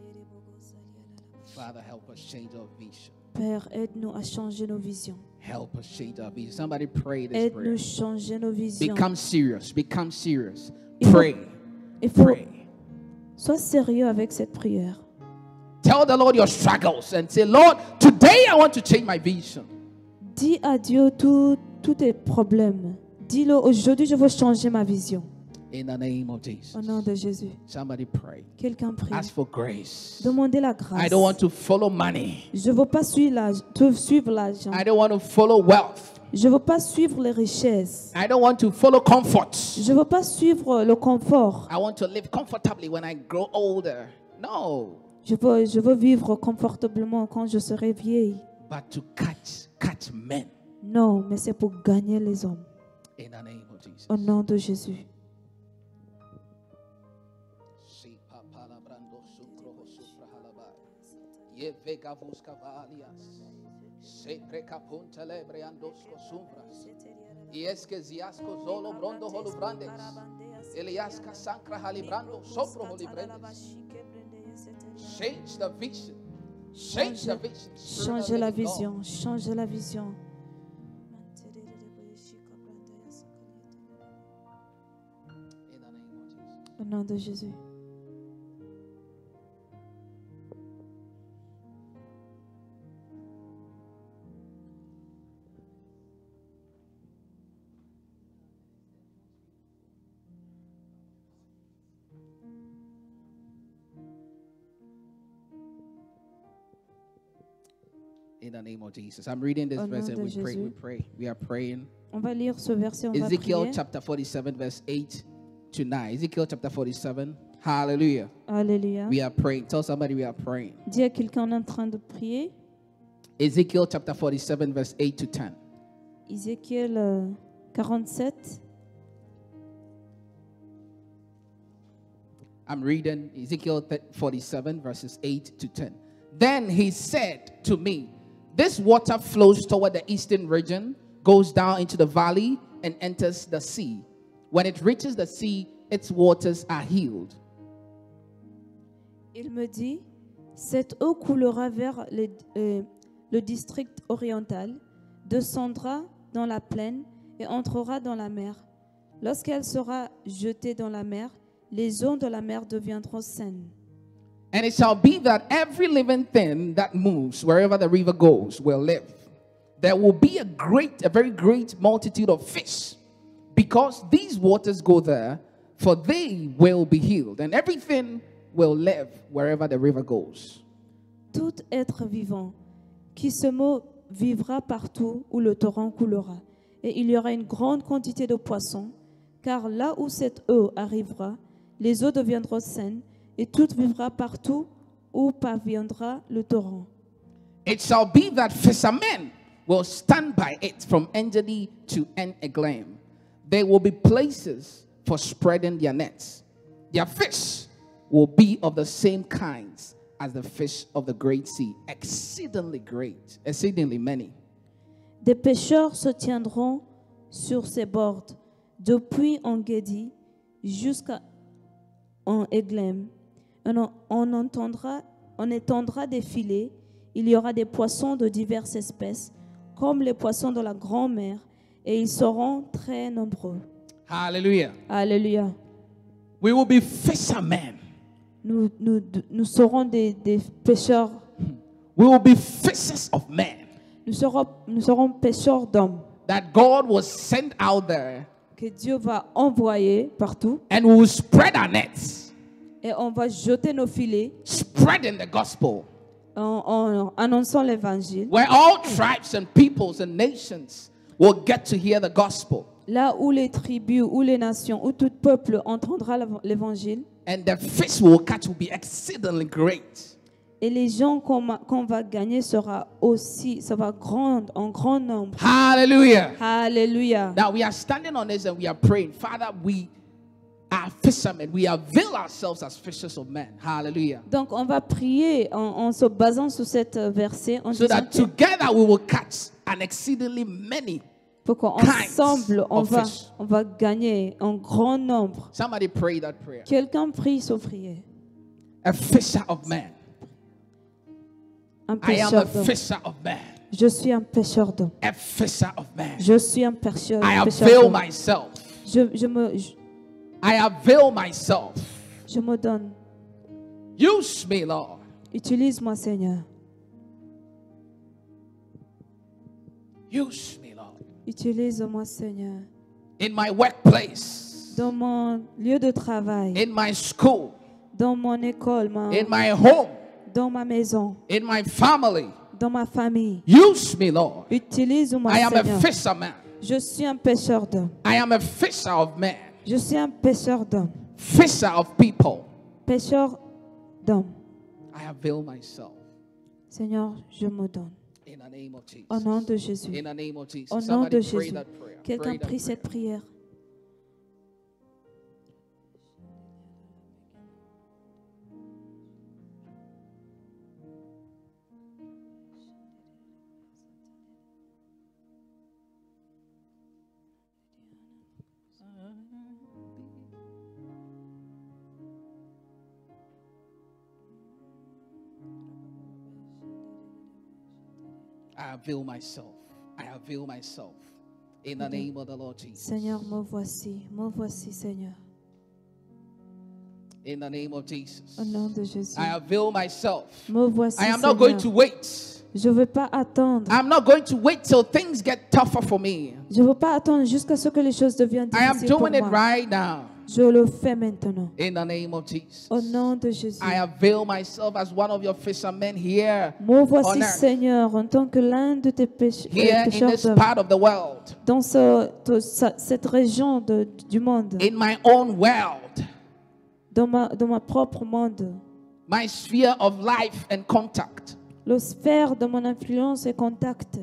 Father, help us change our vision.
Père, aide-nous à changer nos visions.
Help us change our vision. Somebody pray this
Aide-nous à
prayer.
changer nos visions.
Become serious. Become serious.
Il faut-
Pray.
Il faut
Pray.
sois sérieux avec cette prière.
Tell the Lord your struggles and say, Lord, today I want to change my vision.
Dis à Dieu tous tous tes problèmes. Dis-le aujourd'hui, je veux changer ma vision.
In the name of
Au
Jesus.
nom de Jésus.
Somebody pray.
Quelqu'un prie.
Ask for grace.
Demandez la
I
grâce.
don't want to follow money.
Je ne veux pas suivre l'âge- te- suivre l'argent.
I don't want to follow wealth.
Je ne veux pas suivre les richesses.
I don't want to follow comforts.
Je ne veux pas suivre le confort.
I want to live comfortably when I grow older. No,
Je veux, je veux vivre confortablement quand je serai vieille.
but to catch catch men
Non, mais c'est pour gagner les hommes.
in the name of Jesus.
Au nom de Jésus.
Sipa palabrando sucro sufra halabai. Ye vega busca valias. Se preca punta lebre andosco sumbras. Y es que ziasco zolo brondo holo brandes. Eliasca sancra halibrando sopro holibrandes. Change the vision. Change the vision. Spirit of
Changez la
living God.
vision. Changez la vision.
In the name of Jesus.
Au nom de Jésus.
In the name of Jesus. I'm reading this
Au
verse
nom
and
de
we pray,
Jésus.
we pray. We are praying.
On va lire ce verset. On va
Ezekiel
prier.
chapter 47, verse 8 to 9. Ezekiel chapter 47. Hallelujah.
Alléluia.
We are praying. Tell somebody we are praying.
Dis à quelqu'un on est en train de prier.
Ezekiel chapter 47, verse 8 to 10.
Ézéchiel euh, 47.
I'm reading Ezekiel th- 47, verses 8 to 10. Then he said to me, This water flows toward the eastern region, goes down into the valley, and enters the sea. When it reaches the sea, its waters are healed.
Il me dit, cette eau coulera vers le, euh, le district oriental, descendra dans la plaine et entrera dans la mer. Lorsqu'elle sera jetée dans la mer, les eaux de la mer deviendront saines.
And it shall be that every living thing that moves wherever the river goes will live. There will be a great, a very great multitude of fish because these waters go there, for they will be healed, and everything will live wherever the river goes.
Tout être vivant qui se mot vivra partout où le torrent coulera. Et il y aura une grande quantité de poissons, car là où cette eau arrivera, les eaux deviendront saines, et tout vivra partout où parviendra le torrent.
It shall be that fishermen will stand by it from Engedi to En Eglaim. There will be places for spreading their nets. Their fish will be of the same kinds as the fish of the great sea, exceedingly great, exceedingly many.
Des pêcheurs se tiendront sur ses bords, depuis Engedi jusqu'à en Eglem. On, en- on entendra, on étendra des filets. Il y aura des poissons de diverses espèces, comme les poissons de la grand-mère, et ils seront très nombreux.
Hallelujah.
Alléluia.
We will be fishermen.
Nous, nous, nous serons des, des pêcheurs,
We will be fishers of men
nous serons, nous serons pêcheurs d'hommes
that God will send out there
que Dieu va envoyer partout
and we will spread our nets,
et on va jeter nos filets
spreading the gospel.
en, en annonçant l'évangile,
where all tribes and peoples and nations will get to hear the gospel.
là où les tribus, où les nations, où tout peuple entendra l'av- l'évangile,
And the fish we will catch will be exceedingly great.
et les gens qu'on ma- qu'on va gagner sera aussi, ça va grand, en grand nombre.
Hallelujah.
Alléluia.
Now we are standing on this and we are praying. Father, we are fishermen. We avail ourselves as fishers of men. Hallelujah.
Donc on va prier en, en se basant sur cette euh, verset, en
So
disant
that
que-
together we will catch an exceedingly many.
pour
kinds
qu'ensemble on
of
va,
fish.
on va gagner en grand nombre.
Somebody pray that prayer.
Quelqu'un prie ce prier.
A fisher of men.
un
I am a
pécheur d'hommes.
fisher of men.
Je suis un pécheur d'hommes.
A fisher of men.
Je suis un pécheur,
I
pécheur
avail
d'hommes.
myself.
Je, je, me, je,
I avail myself.
je me donne.
Use me, Lord.
Utilise-moi, Seigneur.
Use me, Lord.
Utilise-moi, Seigneur.
In my workplace,
Dans mon lieu de travail,
in my school,
dans mon école, ma-
in my home,
dans ma maison,
in my family.
dans ma famille.
Use me, Lord.
Utilise-moi,
I am a
Seigneur.
fisherman.
Je suis un pécheur d'hommes.
I am a fisher of men,
Je suis un pécheur d'hommes.
fisher of people.
Pécheur d'hommes.
I avail myself
Seigneur, je me donne.
in the name of Jesus.
Au nom de Jésus.
In the name of Jesus.
Au nom
Somebody
de
pray
Jésus.
that prayer. Pray
Quelqu'un
that
prie cette
prayer.
prière.
I avail myself. I avail myself in the name of the Lord Jesus.
Seigneur, me voici. Me voici, Seigneur.
In the name of Jesus.
Au nom de Jésus.
I avail myself.
Me voici,
I am
Seigneur.
not going to wait.
Je ne veux pas attendre.
I'm not going to wait till things get tougher for me.
Je ne veux pas attendre jusqu'à ce que les choses deviennent
I am
difficiles pour
doing it
moi.
right now.
Je le fais maintenant.
In the name of Jesus.
Au nom de Jésus.
I avail myself as one of your fishermen here,
Me
on
voici,
earth.
Seigneur, en tant que l'un de tes péch-
here
euh,
in
pécheurs
this
d'hommes.
part of the world,
dans ce- to- sa- cette région de- du monde,
in my own world,
dans ma, dans ma propre monde,
my sphere of life and contact.
le sphère de mon influence et contact.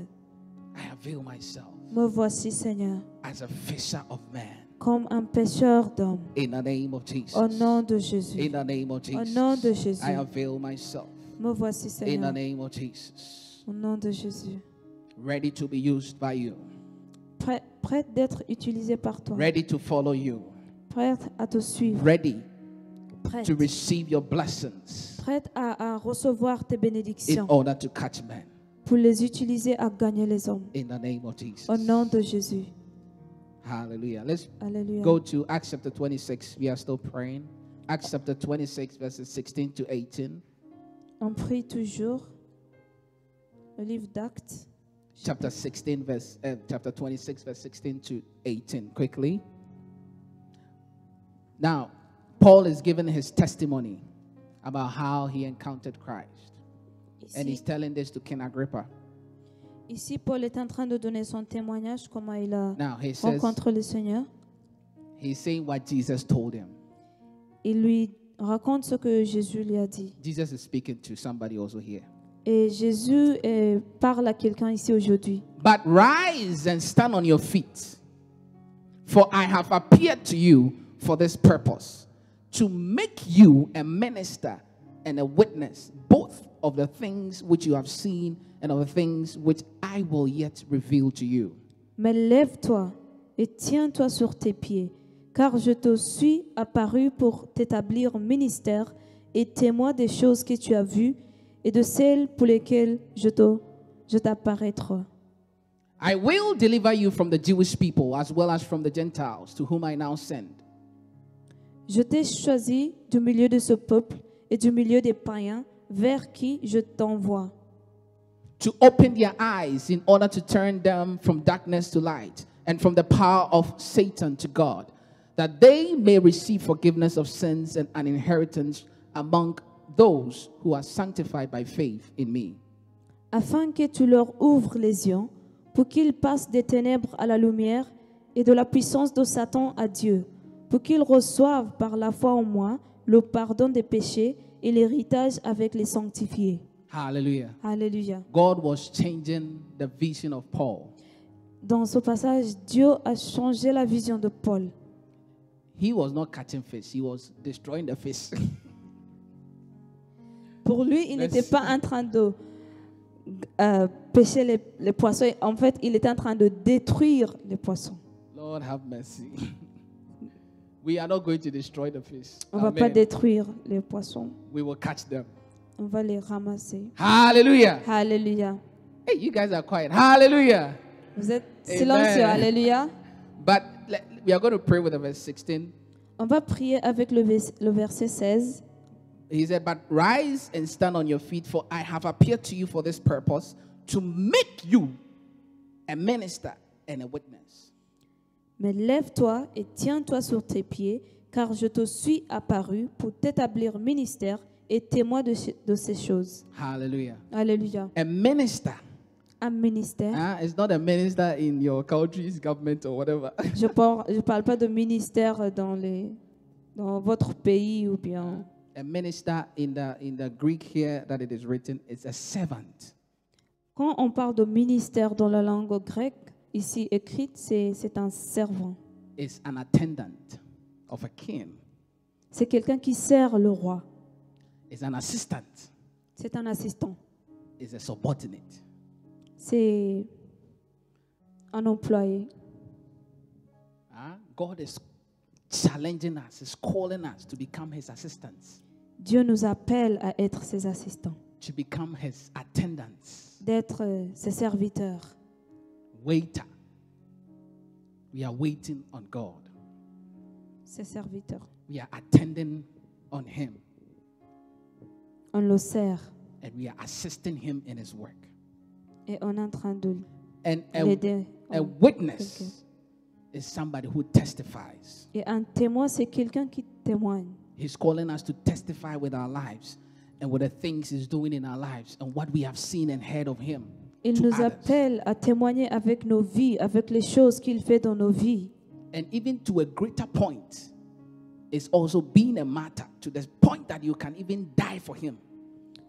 I avail myself
Me voici, Seigneur,
as a fisher of men.
comme un pécheur d'hommes,
In the name of Jesus.
au nom de
In
Jésus.
the name of Jesus.
nom de Jésus.
I avail myself.
Me voici,
In the
Seigneur,
name of Jesus.
au nom de Jésus.
Ready to be used by you.
Prêt, prête d'être utilisé par toi,
Ready to follow you.
prête à te suivre,
Ready
prête,
to receive your blessings
prête à, à recevoir tes
in
bénédictions
order to catch men.
pour les utiliser à gagner les hommes.
In the name of Jesus.
Au nom de Jésus.
Hallelujah. Let's
Alléluia.
go to Acts chapter 26. We are still praying. Acts chapter 26, verses 16 to 18.
On prie toujours. Le livre d'Actes,
Chapter 16, verse, uh, chapter 26, verse 16 to 18. Quickly. Now, Paul is giving his testimony about how he encountered Christ. And he's
ici,
telling this to King Agrippa.
ici, Paul est en train de donner son témoignage, comment il a
Now, he says,
rencontré le Seigneur.
he's saying what Jesus told him.
Il lui raconte ce que Jésus lui a dit.
Jesus is speaking to somebody also here.
Et Jésus eh, parle à quelqu'un ici aujourd'hui.
But rise and stand on your feet, for I have appeared to you for this purpose to make you a minister and a witness both of the things which you have seen and of the things which I will yet reveal to you.
Mais lève-toi et tiens-toi sur tes pieds, car je te suis apparu pour t'établir ministère et témoin des choses que tu as vues et de celles pour lesquelles je te- je t'apparaîtrai.
I will deliver you from the Jewish people as well as from the Gentiles to whom I now send.
Je t'ai choisi du milieu de ce peuple et du milieu des païens vers qui je t'envoie,
to open their eyes in order to turn them from darkness to light and from the power of Satan to God, that they may receive forgiveness of sins and an inheritance among those who are sanctified by faith in me.
afin que tu leur ouvres les yeux, pour qu'ils passent des ténèbres à la lumière et de la puissance de Satan à Dieu, pour qu'ils reçoivent par la foi en moi le pardon des péchés et l'héritage avec les sanctifiés.
Hallelujah.
Alléluia.
God was changing the vision of Paul.
Dans ce passage, Dieu a changé la vision de Paul.
He was not catching fish, he was destroying the fish. <laughs>
Pour lui, il
Merci.
n'était pas en train de euh, pêcher les, les poissons. En fait, il était en train de détruire les poissons.
Lord have mercy. <laughs> We are not going to destroy the fish.
On ne va
Amen.
pas détruire les poissons.
we will catch them.
On va les ramasser.
Hallelujah.
Alléluia.
Hey, you guys are quiet. Hallelujah.
Vous êtes
Amen.
silencieux. Alléluia.
But le- we are going to pray with the verse 16.
On va prier avec le, vers- le verset 16.
He said, But rise and stand on your feet, for I have appeared to you for this purpose, to make you a minister and a witness.
Mais lève-toi et tiens-toi sur tes pieds, car je te suis apparu pour t'établir ministère et témoin de, ce- de ces choses.
Hallelujah.
Alléluia.
A minister.
Un ministère.
Ah, it's not a minister in your country's government or whatever. <laughs>
Je parle, je parle pas de ministère dans les dans votre pays ou bien
a minister in the in the Greek here that it is written is a servant.
quand on parle de ministère dans la langue grecque ici écrite c'est c'est un servant
It's an attendant of a king.
c'est quelqu'un qui sert le roi
It's an assistant.
c'est un assistant
It's a subordinate.
c'est un employé
Ah, God is challenging us. Is calling us to become His assistants,
Dieu nous appelle à être ses assistants
to become His attendants,
d'être euh, ses serviteurs
waiter. We are waiting on God.
ses serviteurs
We are attending on Him,
on le sert
and we are assisting Him in His work.
et on est en train de
And a
l'aider
A
On-
witness
Okay.
is somebody who testifies.
et un témoin c'est quelqu'un qui témoigne
He's calling us to testify with our lives and with the things He's doing in our lives and what we have seen and heard of Him.
Il
to
nous
others.
appelle à témoigner avec nos vies, avec les choses qu'il fait dans nos vies.
And even to a greater point, is also being a martyr to the point that you can even die for Him.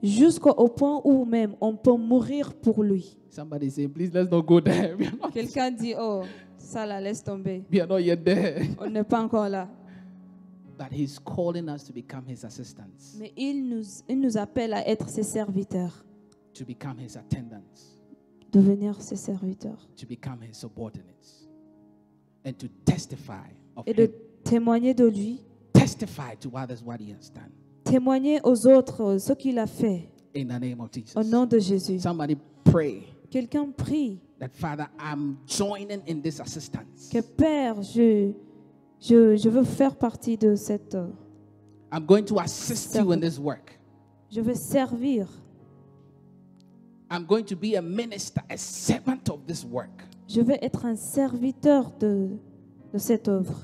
Jusqu'au au point où même on peut mourir pour lui.
Somebody saying, please, let's not go there. <laughs> We are not,
Quelqu'un dit, oh, ça la laisse tomber.
we are not yet there.
On n'est pas encore là.
But He's calling us to become His assistants,
Mais il nous, il nous appelle à être ses serviteurs,
to become His attendants,
devenir ses serviteurs
to become His subordinates, and to testify of
et de
Him.
témoigner de lui,
testify to others what he has done
témoigner aux autres ce qu'il a fait
in the name of
au
Jesus.
nom de Jésus.
Somebody pray
Quelqu'un prie
that Father, I'm joining in this assistance.
que Père, je, je, je veux faire partie de cette... euh,
I'm going to assist you in this work.
Je veux servir.
I'm going to be a minister, a servant of this work.
Je veux être un serviteur de, de cette œuvre.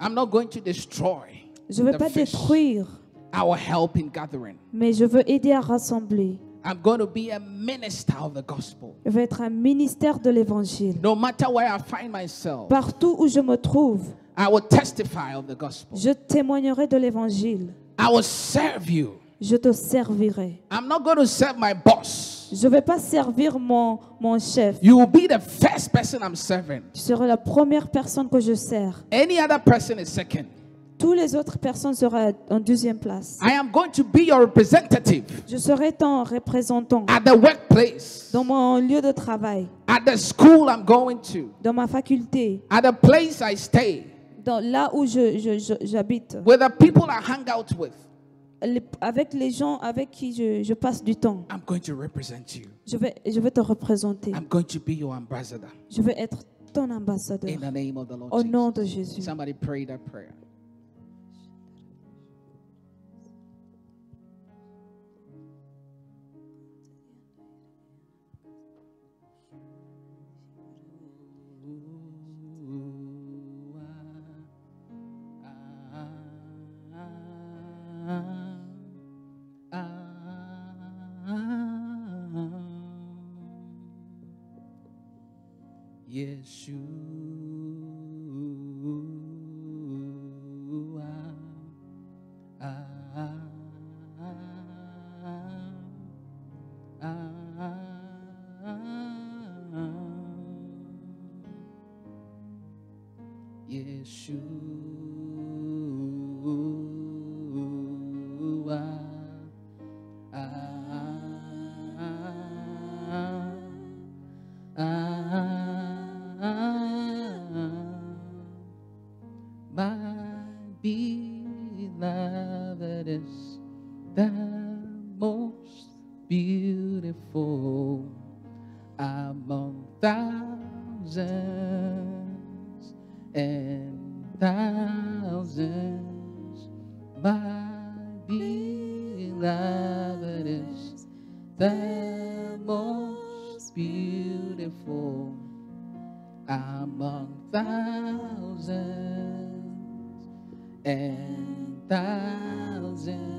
I'm not going to destroy.
Je ne veux
the
pas
fish,
détruire,
Our help in gathering.
mais je veux aider à rassembler.
I'm going to be a minister of the gospel.
Je veux être un ministère de l'Évangile.
No matter where I find myself,
Partout où je me trouve,
I will testify of the gospel.
je témoignerai de l'Évangile.
I will serve you.
Je te servirai.
I'm not going to serve my boss.
Je ne vais pas servir mon, mon chef.
You will be the first person I'm serving.
Tu seras la première personne que je sers.
Any other person is second.
Toutes les autres personnes seront en deuxième place.
I am going to be your representative
Je serai ton représentant
at the workplace,
dans mon lieu de travail,
at the school I'm going to,
dans ma faculté,
at the place I stay,
dans là où je- je- je- j'habite.
with the people I hang out with.
les- avec les gens avec qui je, je passe du temps.
I'm going to represent you.
Je vais, je vais te représenter.
I'm going to be your ambassador
Je vais être ton ambassadeur.
in the name of the Lord.
Au
Jesus.
nom de Jésus.
Somebody pray that prayer. Yeshua. Ah, ah, ah, ah, Yeshua. Ah, ah, ah my beloved is the most among thousands and thousands. My beloved is the most beautiful among thousands and thousands.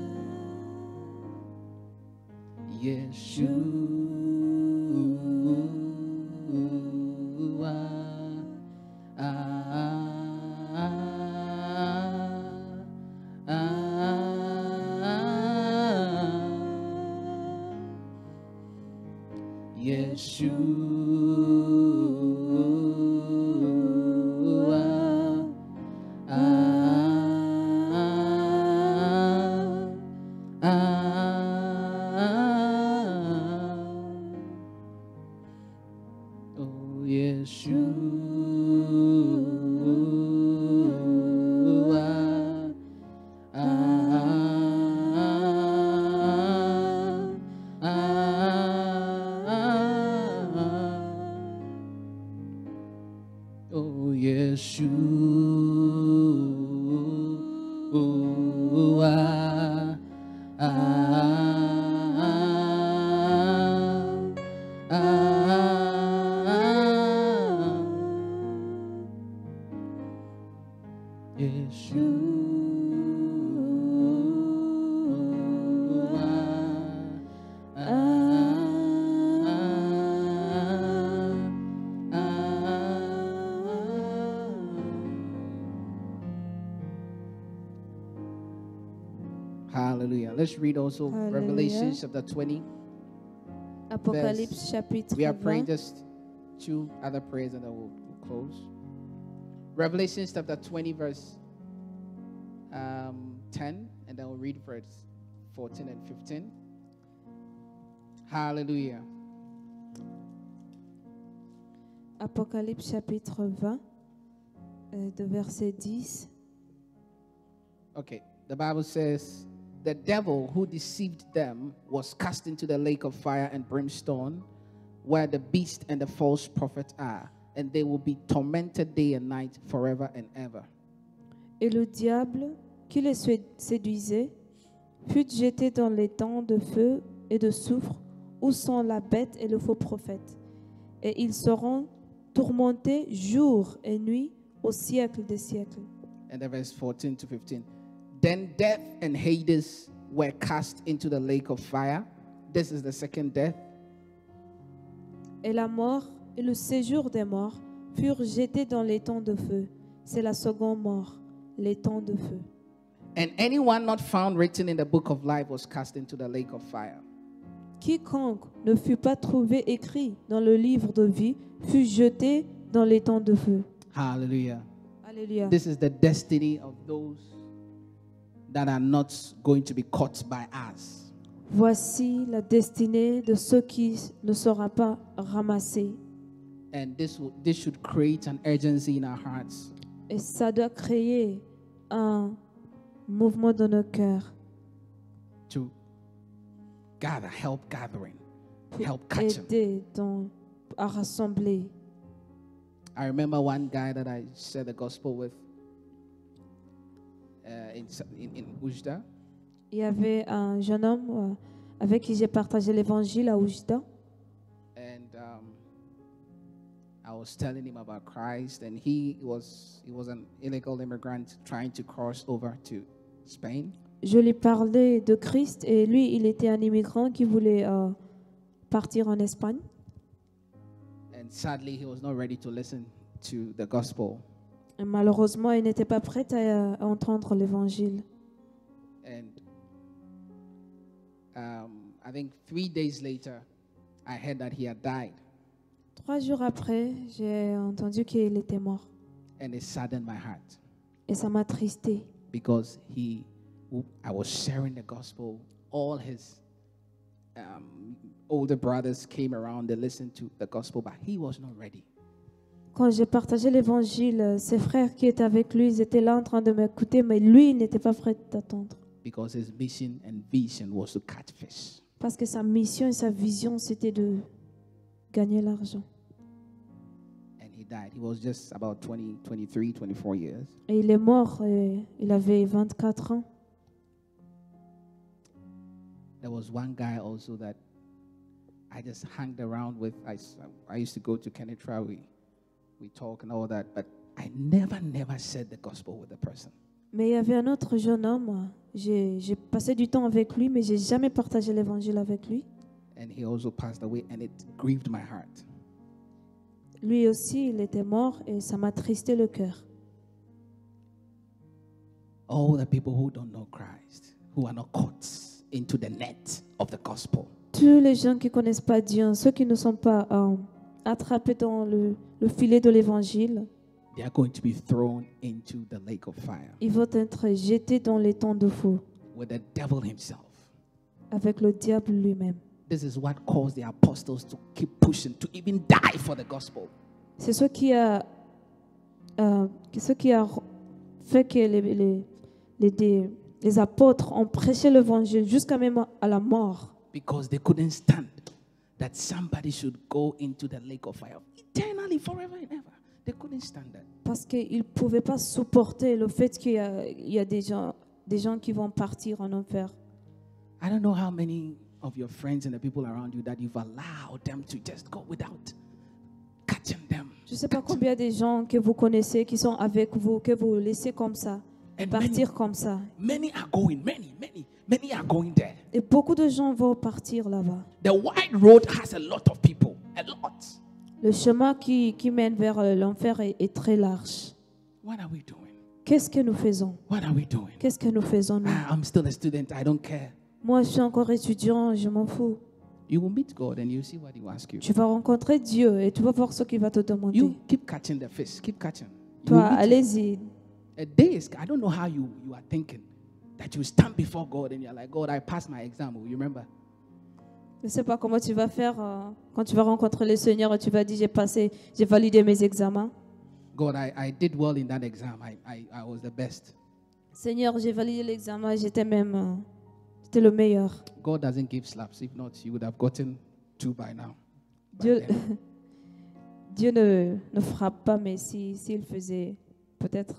Yeshua. Ah, ah, ah. Yeshua. Ah, ah, oh Yeshua. Ah, ah, ah. Oh, Yeshua. Ah, ah, ah, ah. Yeshua. Ah, Hallelujah. Let's read also
Hallelujah.
Revelation chapter 20.
Apocalypse chapitre
We are praying
20.
just two other prayers and then we'll, we'll close. Revelation chapter 20, verse um, 10, and then we'll read verse 14 and 15. Hallelujah.
Apocalypse chapitre 20, euh, de verset 10.
Okay. The Bible says, The devil who deceived them was cast into the lake of fire and brimstone where the beast and the false prophet are, and they will be tormented day and night forever and ever.
Et le diable, qui les sé- séduisait, fut jeté dans les temps de feu et de soufre, où sont la bête et le faux prophète. Et ils seront tourmentés jour et nuit au siècle des siècles.
And then verse 14 to 15. Then death and Hades were cast into the lake of fire. This is the second death.
Et la mort et le séjour des morts furent jetés dans les temps de feu. C'est la seconde mort, les temps de feu.
And anyone not found written in the book of life was cast into the lake of fire.
Quiconque ne fut pas trouvé écrit dans le livre de vie fut jeté dans les temps de feu.
Hallelujah.
Alléluia.
This is the destiny of those that are not going to be caught by us.
Voici la destinée de ceux qui ne sera pas ramassé.
And this, will, this should create an urgency in our hearts.
Et ça doit créer un mouvement dans nos cœurs
to gather, help gathering,
pour
help catching.
aider dans, à rassembler.
I remember one guy that I shared the gospel with uh, in, Sa- in, in Ujda.
Il y avait un jeune homme euh, avec qui j'ai partagé l'évangile à Oujda.
and um, I was telling him about Christ, and he was he was an illegal immigrant trying to cross over to Spain.
Je lui parlais de Christ et lui, il était un immigrant qui voulait euh, partir en Espagne.
And sadly, he was not ready to listen to the gospel.
Et malheureusement, il n'était pas prêt à, à entendre l'évangile.
And um, I think three days later, I heard that he had died,
Trois jours après, j'ai entendu qu'il était mort.
and it saddened my heart
Et ça m'a tristé.
because he, I was sharing the gospel. All his um, older brothers came around. They listened to the gospel, but he was not ready.
Quand j'ai partagé l'évangile, euh, ses frères qui étaient avec lui, ils étaient là en train de m'écouter, mais lui, il n'était pas prêt d'attendre.
because his mission and vision was to catch fish.
Parce que sa mission et sa vision, c'était de gagner l'argent.
and he died. He was just about 20, 23, 24 years.
Et il est mort, euh, il avait 24 ans.
There was one guy also that I just hanged around with. I, s- I used to go to Kenetra, we, we talk and all that, but I never, never said the gospel with the person.
Mais il y avait un autre jeune homme, j'ai j'ai passé du temps avec lui, mais j'ai jamais partagé l'évangile avec lui.
And he also passed away, and it grieved my heart.
Lui aussi, il était mort et ça m'a tristé le cœur.
All the people who don't know Christ, who are not caught into the net of the gospel,
Tous les gens qui connaissent pas Dieu, hein, ceux qui ne sont pas euh, attrapés dans le, le filet de l'évangile,
they are going to be thrown into the lake of fire
ils vont être jetés dans les temps de feu
with the devil himself.
avec le diable lui-même.
This is what caused the apostles to keep pushing, to even die for the gospel.
C'est ce qui a, euh, ce qui a fait que les, les, les- les- les apôtres ont prêché l'évangile jusqu'à même à la mort.
because they couldn't stand that somebody should go into the lake of fire eternally, forever and ever. They couldn't stand that.
Parce qu'ils ne pouvaient pas supporter le fait qu'il y a, il y a des, gens, des gens qui vont partir en enfer.
I don't know how many of your friends and the people around you that you've allowed them to just go without catching them.
Je ne sais pas combien des gens que vous connaissez, qui sont avec vous, que vous laissez comme ça,
Et
partir comme ça.
Many are going, many, many, many are going there.
Et beaucoup de gens vont partir là-bas.
The wide road has a lot of people, a lot.
Le chemin qui, qui mène vers euh, l'enfer est, est très large.
What are we doing?
Qu'est-ce que nous faisons
What are we doing?
Qu'est-ce que nous faisons nous
Ah, I'm still a student, I don't care.
Moi, je suis encore étudiant, je m'en fous.
You will meet God and you'll see what He will ask you.
Tu vas rencontrer Dieu et tu vas voir ce qu'il va te demander.
You keep catching the fish, keep catching. You
Toi,
will meet Him.
allez-y.
A day is, I don't know how you, you are thinking that you stand before God and you're like, God, I passed my exam. oh, You remember?
Je ne sais pas comment tu vas faire euh, quand tu vas rencontrer le Seigneur et tu vas dire j'ai passé, j'ai validé mes examens.
God, I, I did well in that exam. I, I, I was the best.
Seigneur, j'ai validé l'examen, j'étais même, euh, j'étais le meilleur.
God doesn't give slaps. If not, you would have gotten two by now. By
Dieu,
then.
<laughs> Dieu ne, ne frappe pas, mais si- s'il faisait, peut-être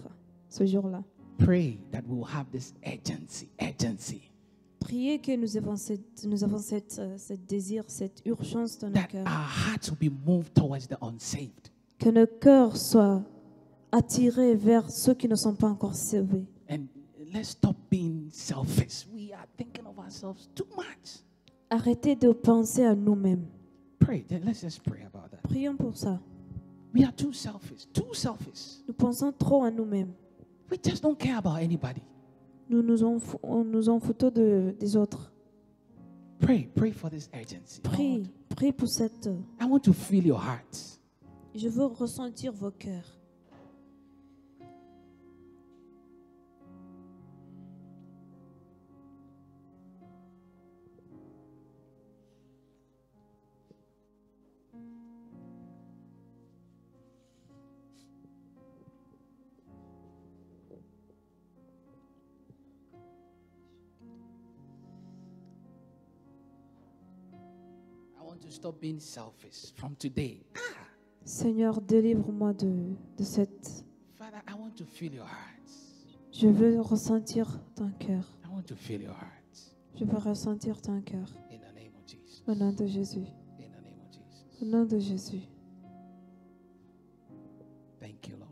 ce jour-là.
Pray that we will have this urgency, urgency.
Priez que nous avons, cette, nous avons cette, euh, cette désir, cette urgence dans nos
That
cœurs.
our hearts will be moved towards the unsaved.
Que nos cœurs soient attirés vers ceux qui ne sont pas encore sauvés.
And let's stop being selfish. We are thinking of ourselves too much.
Arrêtez de penser à nous-mêmes.
Pray. Then let's just pray about that.
Prions pour ça.
We are too selfish, too selfish.
Nous pensons trop à nous-mêmes.
We just don't care about anybody.
Nous nous en, fou- on nous en foutons de, des autres.
Pray, pray for this urgency.
Prie,
Lord,
prie pour cette... euh,
I want to feel your heart.
Je veux ressentir vos cœurs.
I want to stop being selfish from today.
Seigneur, délivre-moi de, de cette...
Father, I want to feel your heart.
Je veux ressentir ton cœur.
I want to feel your heart.
Je veux ressentir ton cœur.
In the name of Jesus.
Au nom de Jésus.
In the name of Jesus.
Au nom de Jésus.
Thank you, Lord.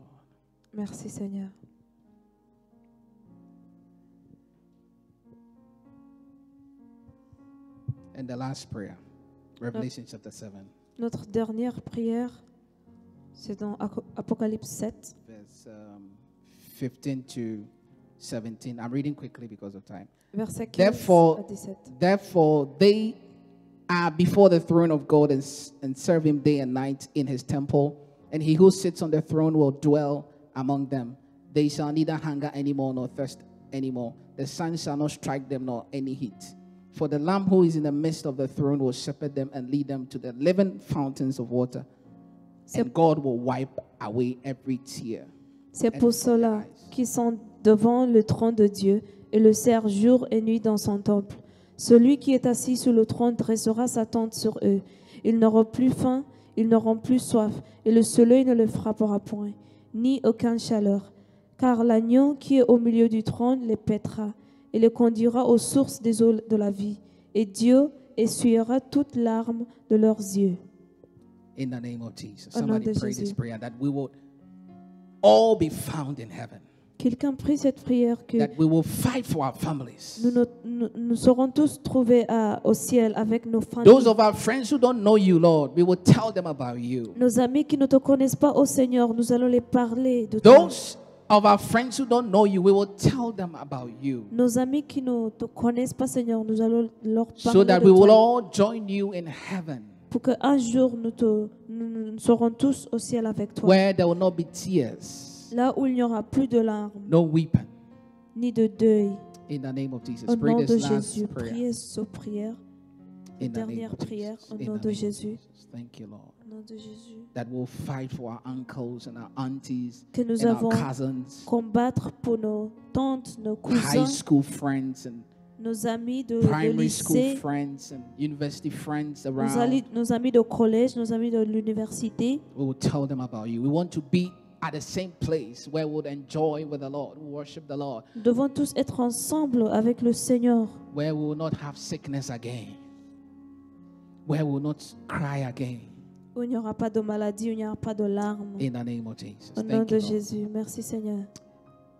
Merci Seigneur.
And the last prayer, Revelation chapter 7,
Notre dernière prière, c'est dans Aco- Apocalypse 7,
verse um, 15 to 17. I'm reading quickly because of time.
verset 15 à
Therefore,
17.
therefore they are before the throne of God and, s- and serve him day and night in his temple. And he who sits on the throne will dwell among them. They shall neither hunger anymore nor thirst anymore. The sun shall not strike them nor any heat. For the Lamb who is in the midst of the throne will shepherd them and lead them to the living fountains of water. And God will wipe away every tear.
C'est pour ceux-là qui sont devant le trône de Dieu et le servent jour et nuit dans son temple. Celui qui est assis sur le trône dressera sa tente sur eux. Ils n'auront plus faim, ils n'auront plus soif, et le soleil ne les frappera point, ni aucune chaleur. Car l'agneau qui est au milieu du trône les pètera et les conduira aux sources des eaux de la vie. Et Dieu essuiera toutes larmes de leurs yeux.
in the name of Jesus.
Au nom
Somebody
de
pray this
Jésus.
prayer that we will all be found in heaven,
Quelqu'un prie cette prière que
that we will fight for our
nous,
families.
nous, nous- nous serons tous trouvés à- au ciel avec nos familles.
Those of our friends who don't know you, Lord, we will tell them about you.
Nos amis qui ne te connaissent pas, au Seigneur, nous allons les parler de toi.
Those of our friends who don't know you, we will tell them about you.
Nos amis qui ne te connaissent pas, Seigneur, nous allons leur parler
So that
de
we
toi.
will all join you in heaven
Pour qu'un jour, nous, te, nous, nous serons tous au ciel avec toi.
where there will not be tears,
Là où il n'y aura plus de larmes,
no weeping.
ni de deuil.
In the name of Jesus.
Au
Pray
nom de
this last
Jésus,
prayer.
priez ce
In
prière.
the name
dernière
of
prière
Jesus.
au
In the
nom de
name of
Jésus.
Jesus. Thank you, Lord.
Au nom de Jésus.
That we'll fight for our uncles and our aunties
Que nous
and our
avons
cousins.
combattre pour nos tantes, nos
high
cousins,
school friends and
nos amis de, de
primary school
lycée,
friends and university friends
nos, ali-
around.
nos amis de collège, nos amis de l'université.
We will tell them about you. We want to be at the same place where we'll enjoy with the Lord, worship the Lord,
Nous devons tous être ensemble avec le Seigneur,
where we will not have sickness again, where we will not cry again.
où il n'y aura pas de maladie, où il n'y aura pas de larmes.
In the name of Jesus.
Au nom
Thank you,
de
Lord.
Jésus. Merci Seigneur.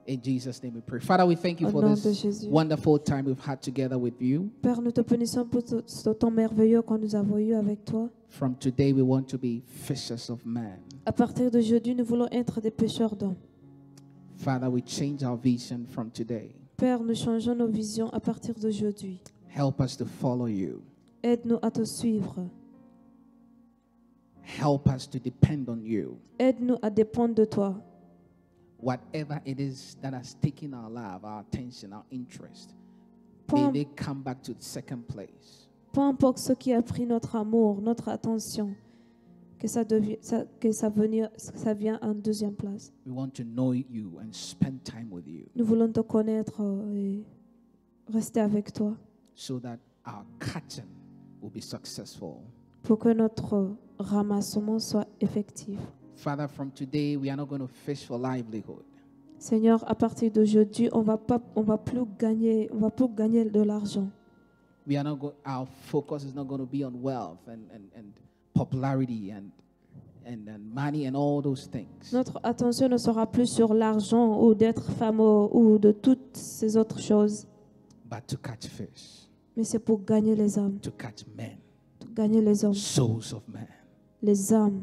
In Jesus' name we pray. Father, we thank you
Au
for
nom de
this
Jésus.
wonderful time we've had together with you.
Père, nous te bénissons pour ce, ce temps merveilleux que nous avons eu avec toi.
From today, we want to be fishers of men.
À partir d'aujourd'hui, nous voulons être des pécheurs d'hommes.
Father, we change our vision from today.
Père, nous changeons nos visions à partir d'aujourd'hui.
Help us to follow you.
Aide-nous à te suivre.
Help us to depend on you.
Aide-nous à dépendre de toi.
Whatever it is that has taken our love, our attention, our interest,
Pom-
may they come back to second place.
Peu importe ce qui a pris notre amour, notre attention, que ça, devi- ça- que ça, veni- ça vient en deuxième place.
We want to know you and spend time with you
Nous voulons te connaître euh, et rester avec toi
so that our catching will be successful.
pour que notre ramassement soit effectif.
Father, from today, we are not going to fish for livelihood.
Seigneur, à partir d'aujourd'hui, on va pas, on va plus gagner, on va plus gagner de l'argent.
We are not go- our focus is not going to be on wealth and, and, and popularity and, and, and money and all those things.
Notre attention ne sera plus sur l'argent ou d'être fameux ou de toutes ces autres choses,
But to catch fish,
mais c'est pour gagner les âmes,
to catch men,
pour gagner les hommes,
souls of men.
les âmes.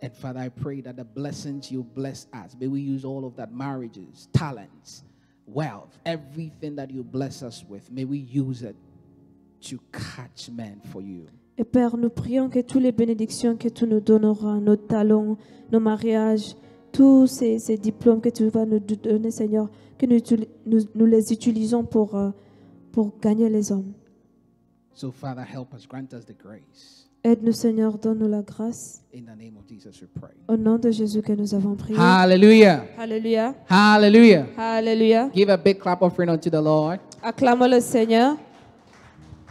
And Father, I pray that the blessings you bless us, may we use all of that marriages, talents, wealth, everything that you bless us with, may we use it to catch men for you.
Et Père, nous prions que toutes les bénédictions que tu nous donneras, nos talents, nos mariages, tous ces, ces diplômes que tu vas nous do- donner, Seigneur, que nous, util- nous- nous les utilisons pour, euh, pour gagner les hommes.
So, Father, help us, grant us the grace.
Aide-nous, Seigneur, donne-nous la grâce.
In the name of Jesus, we pray.
Au nom de Jésus que nous avons prié.
Hallelujah.
Alléluia.
Hallelujah.
Alléluia.
Give a big clap offering unto the Lord.
Acclamons le Seigneur.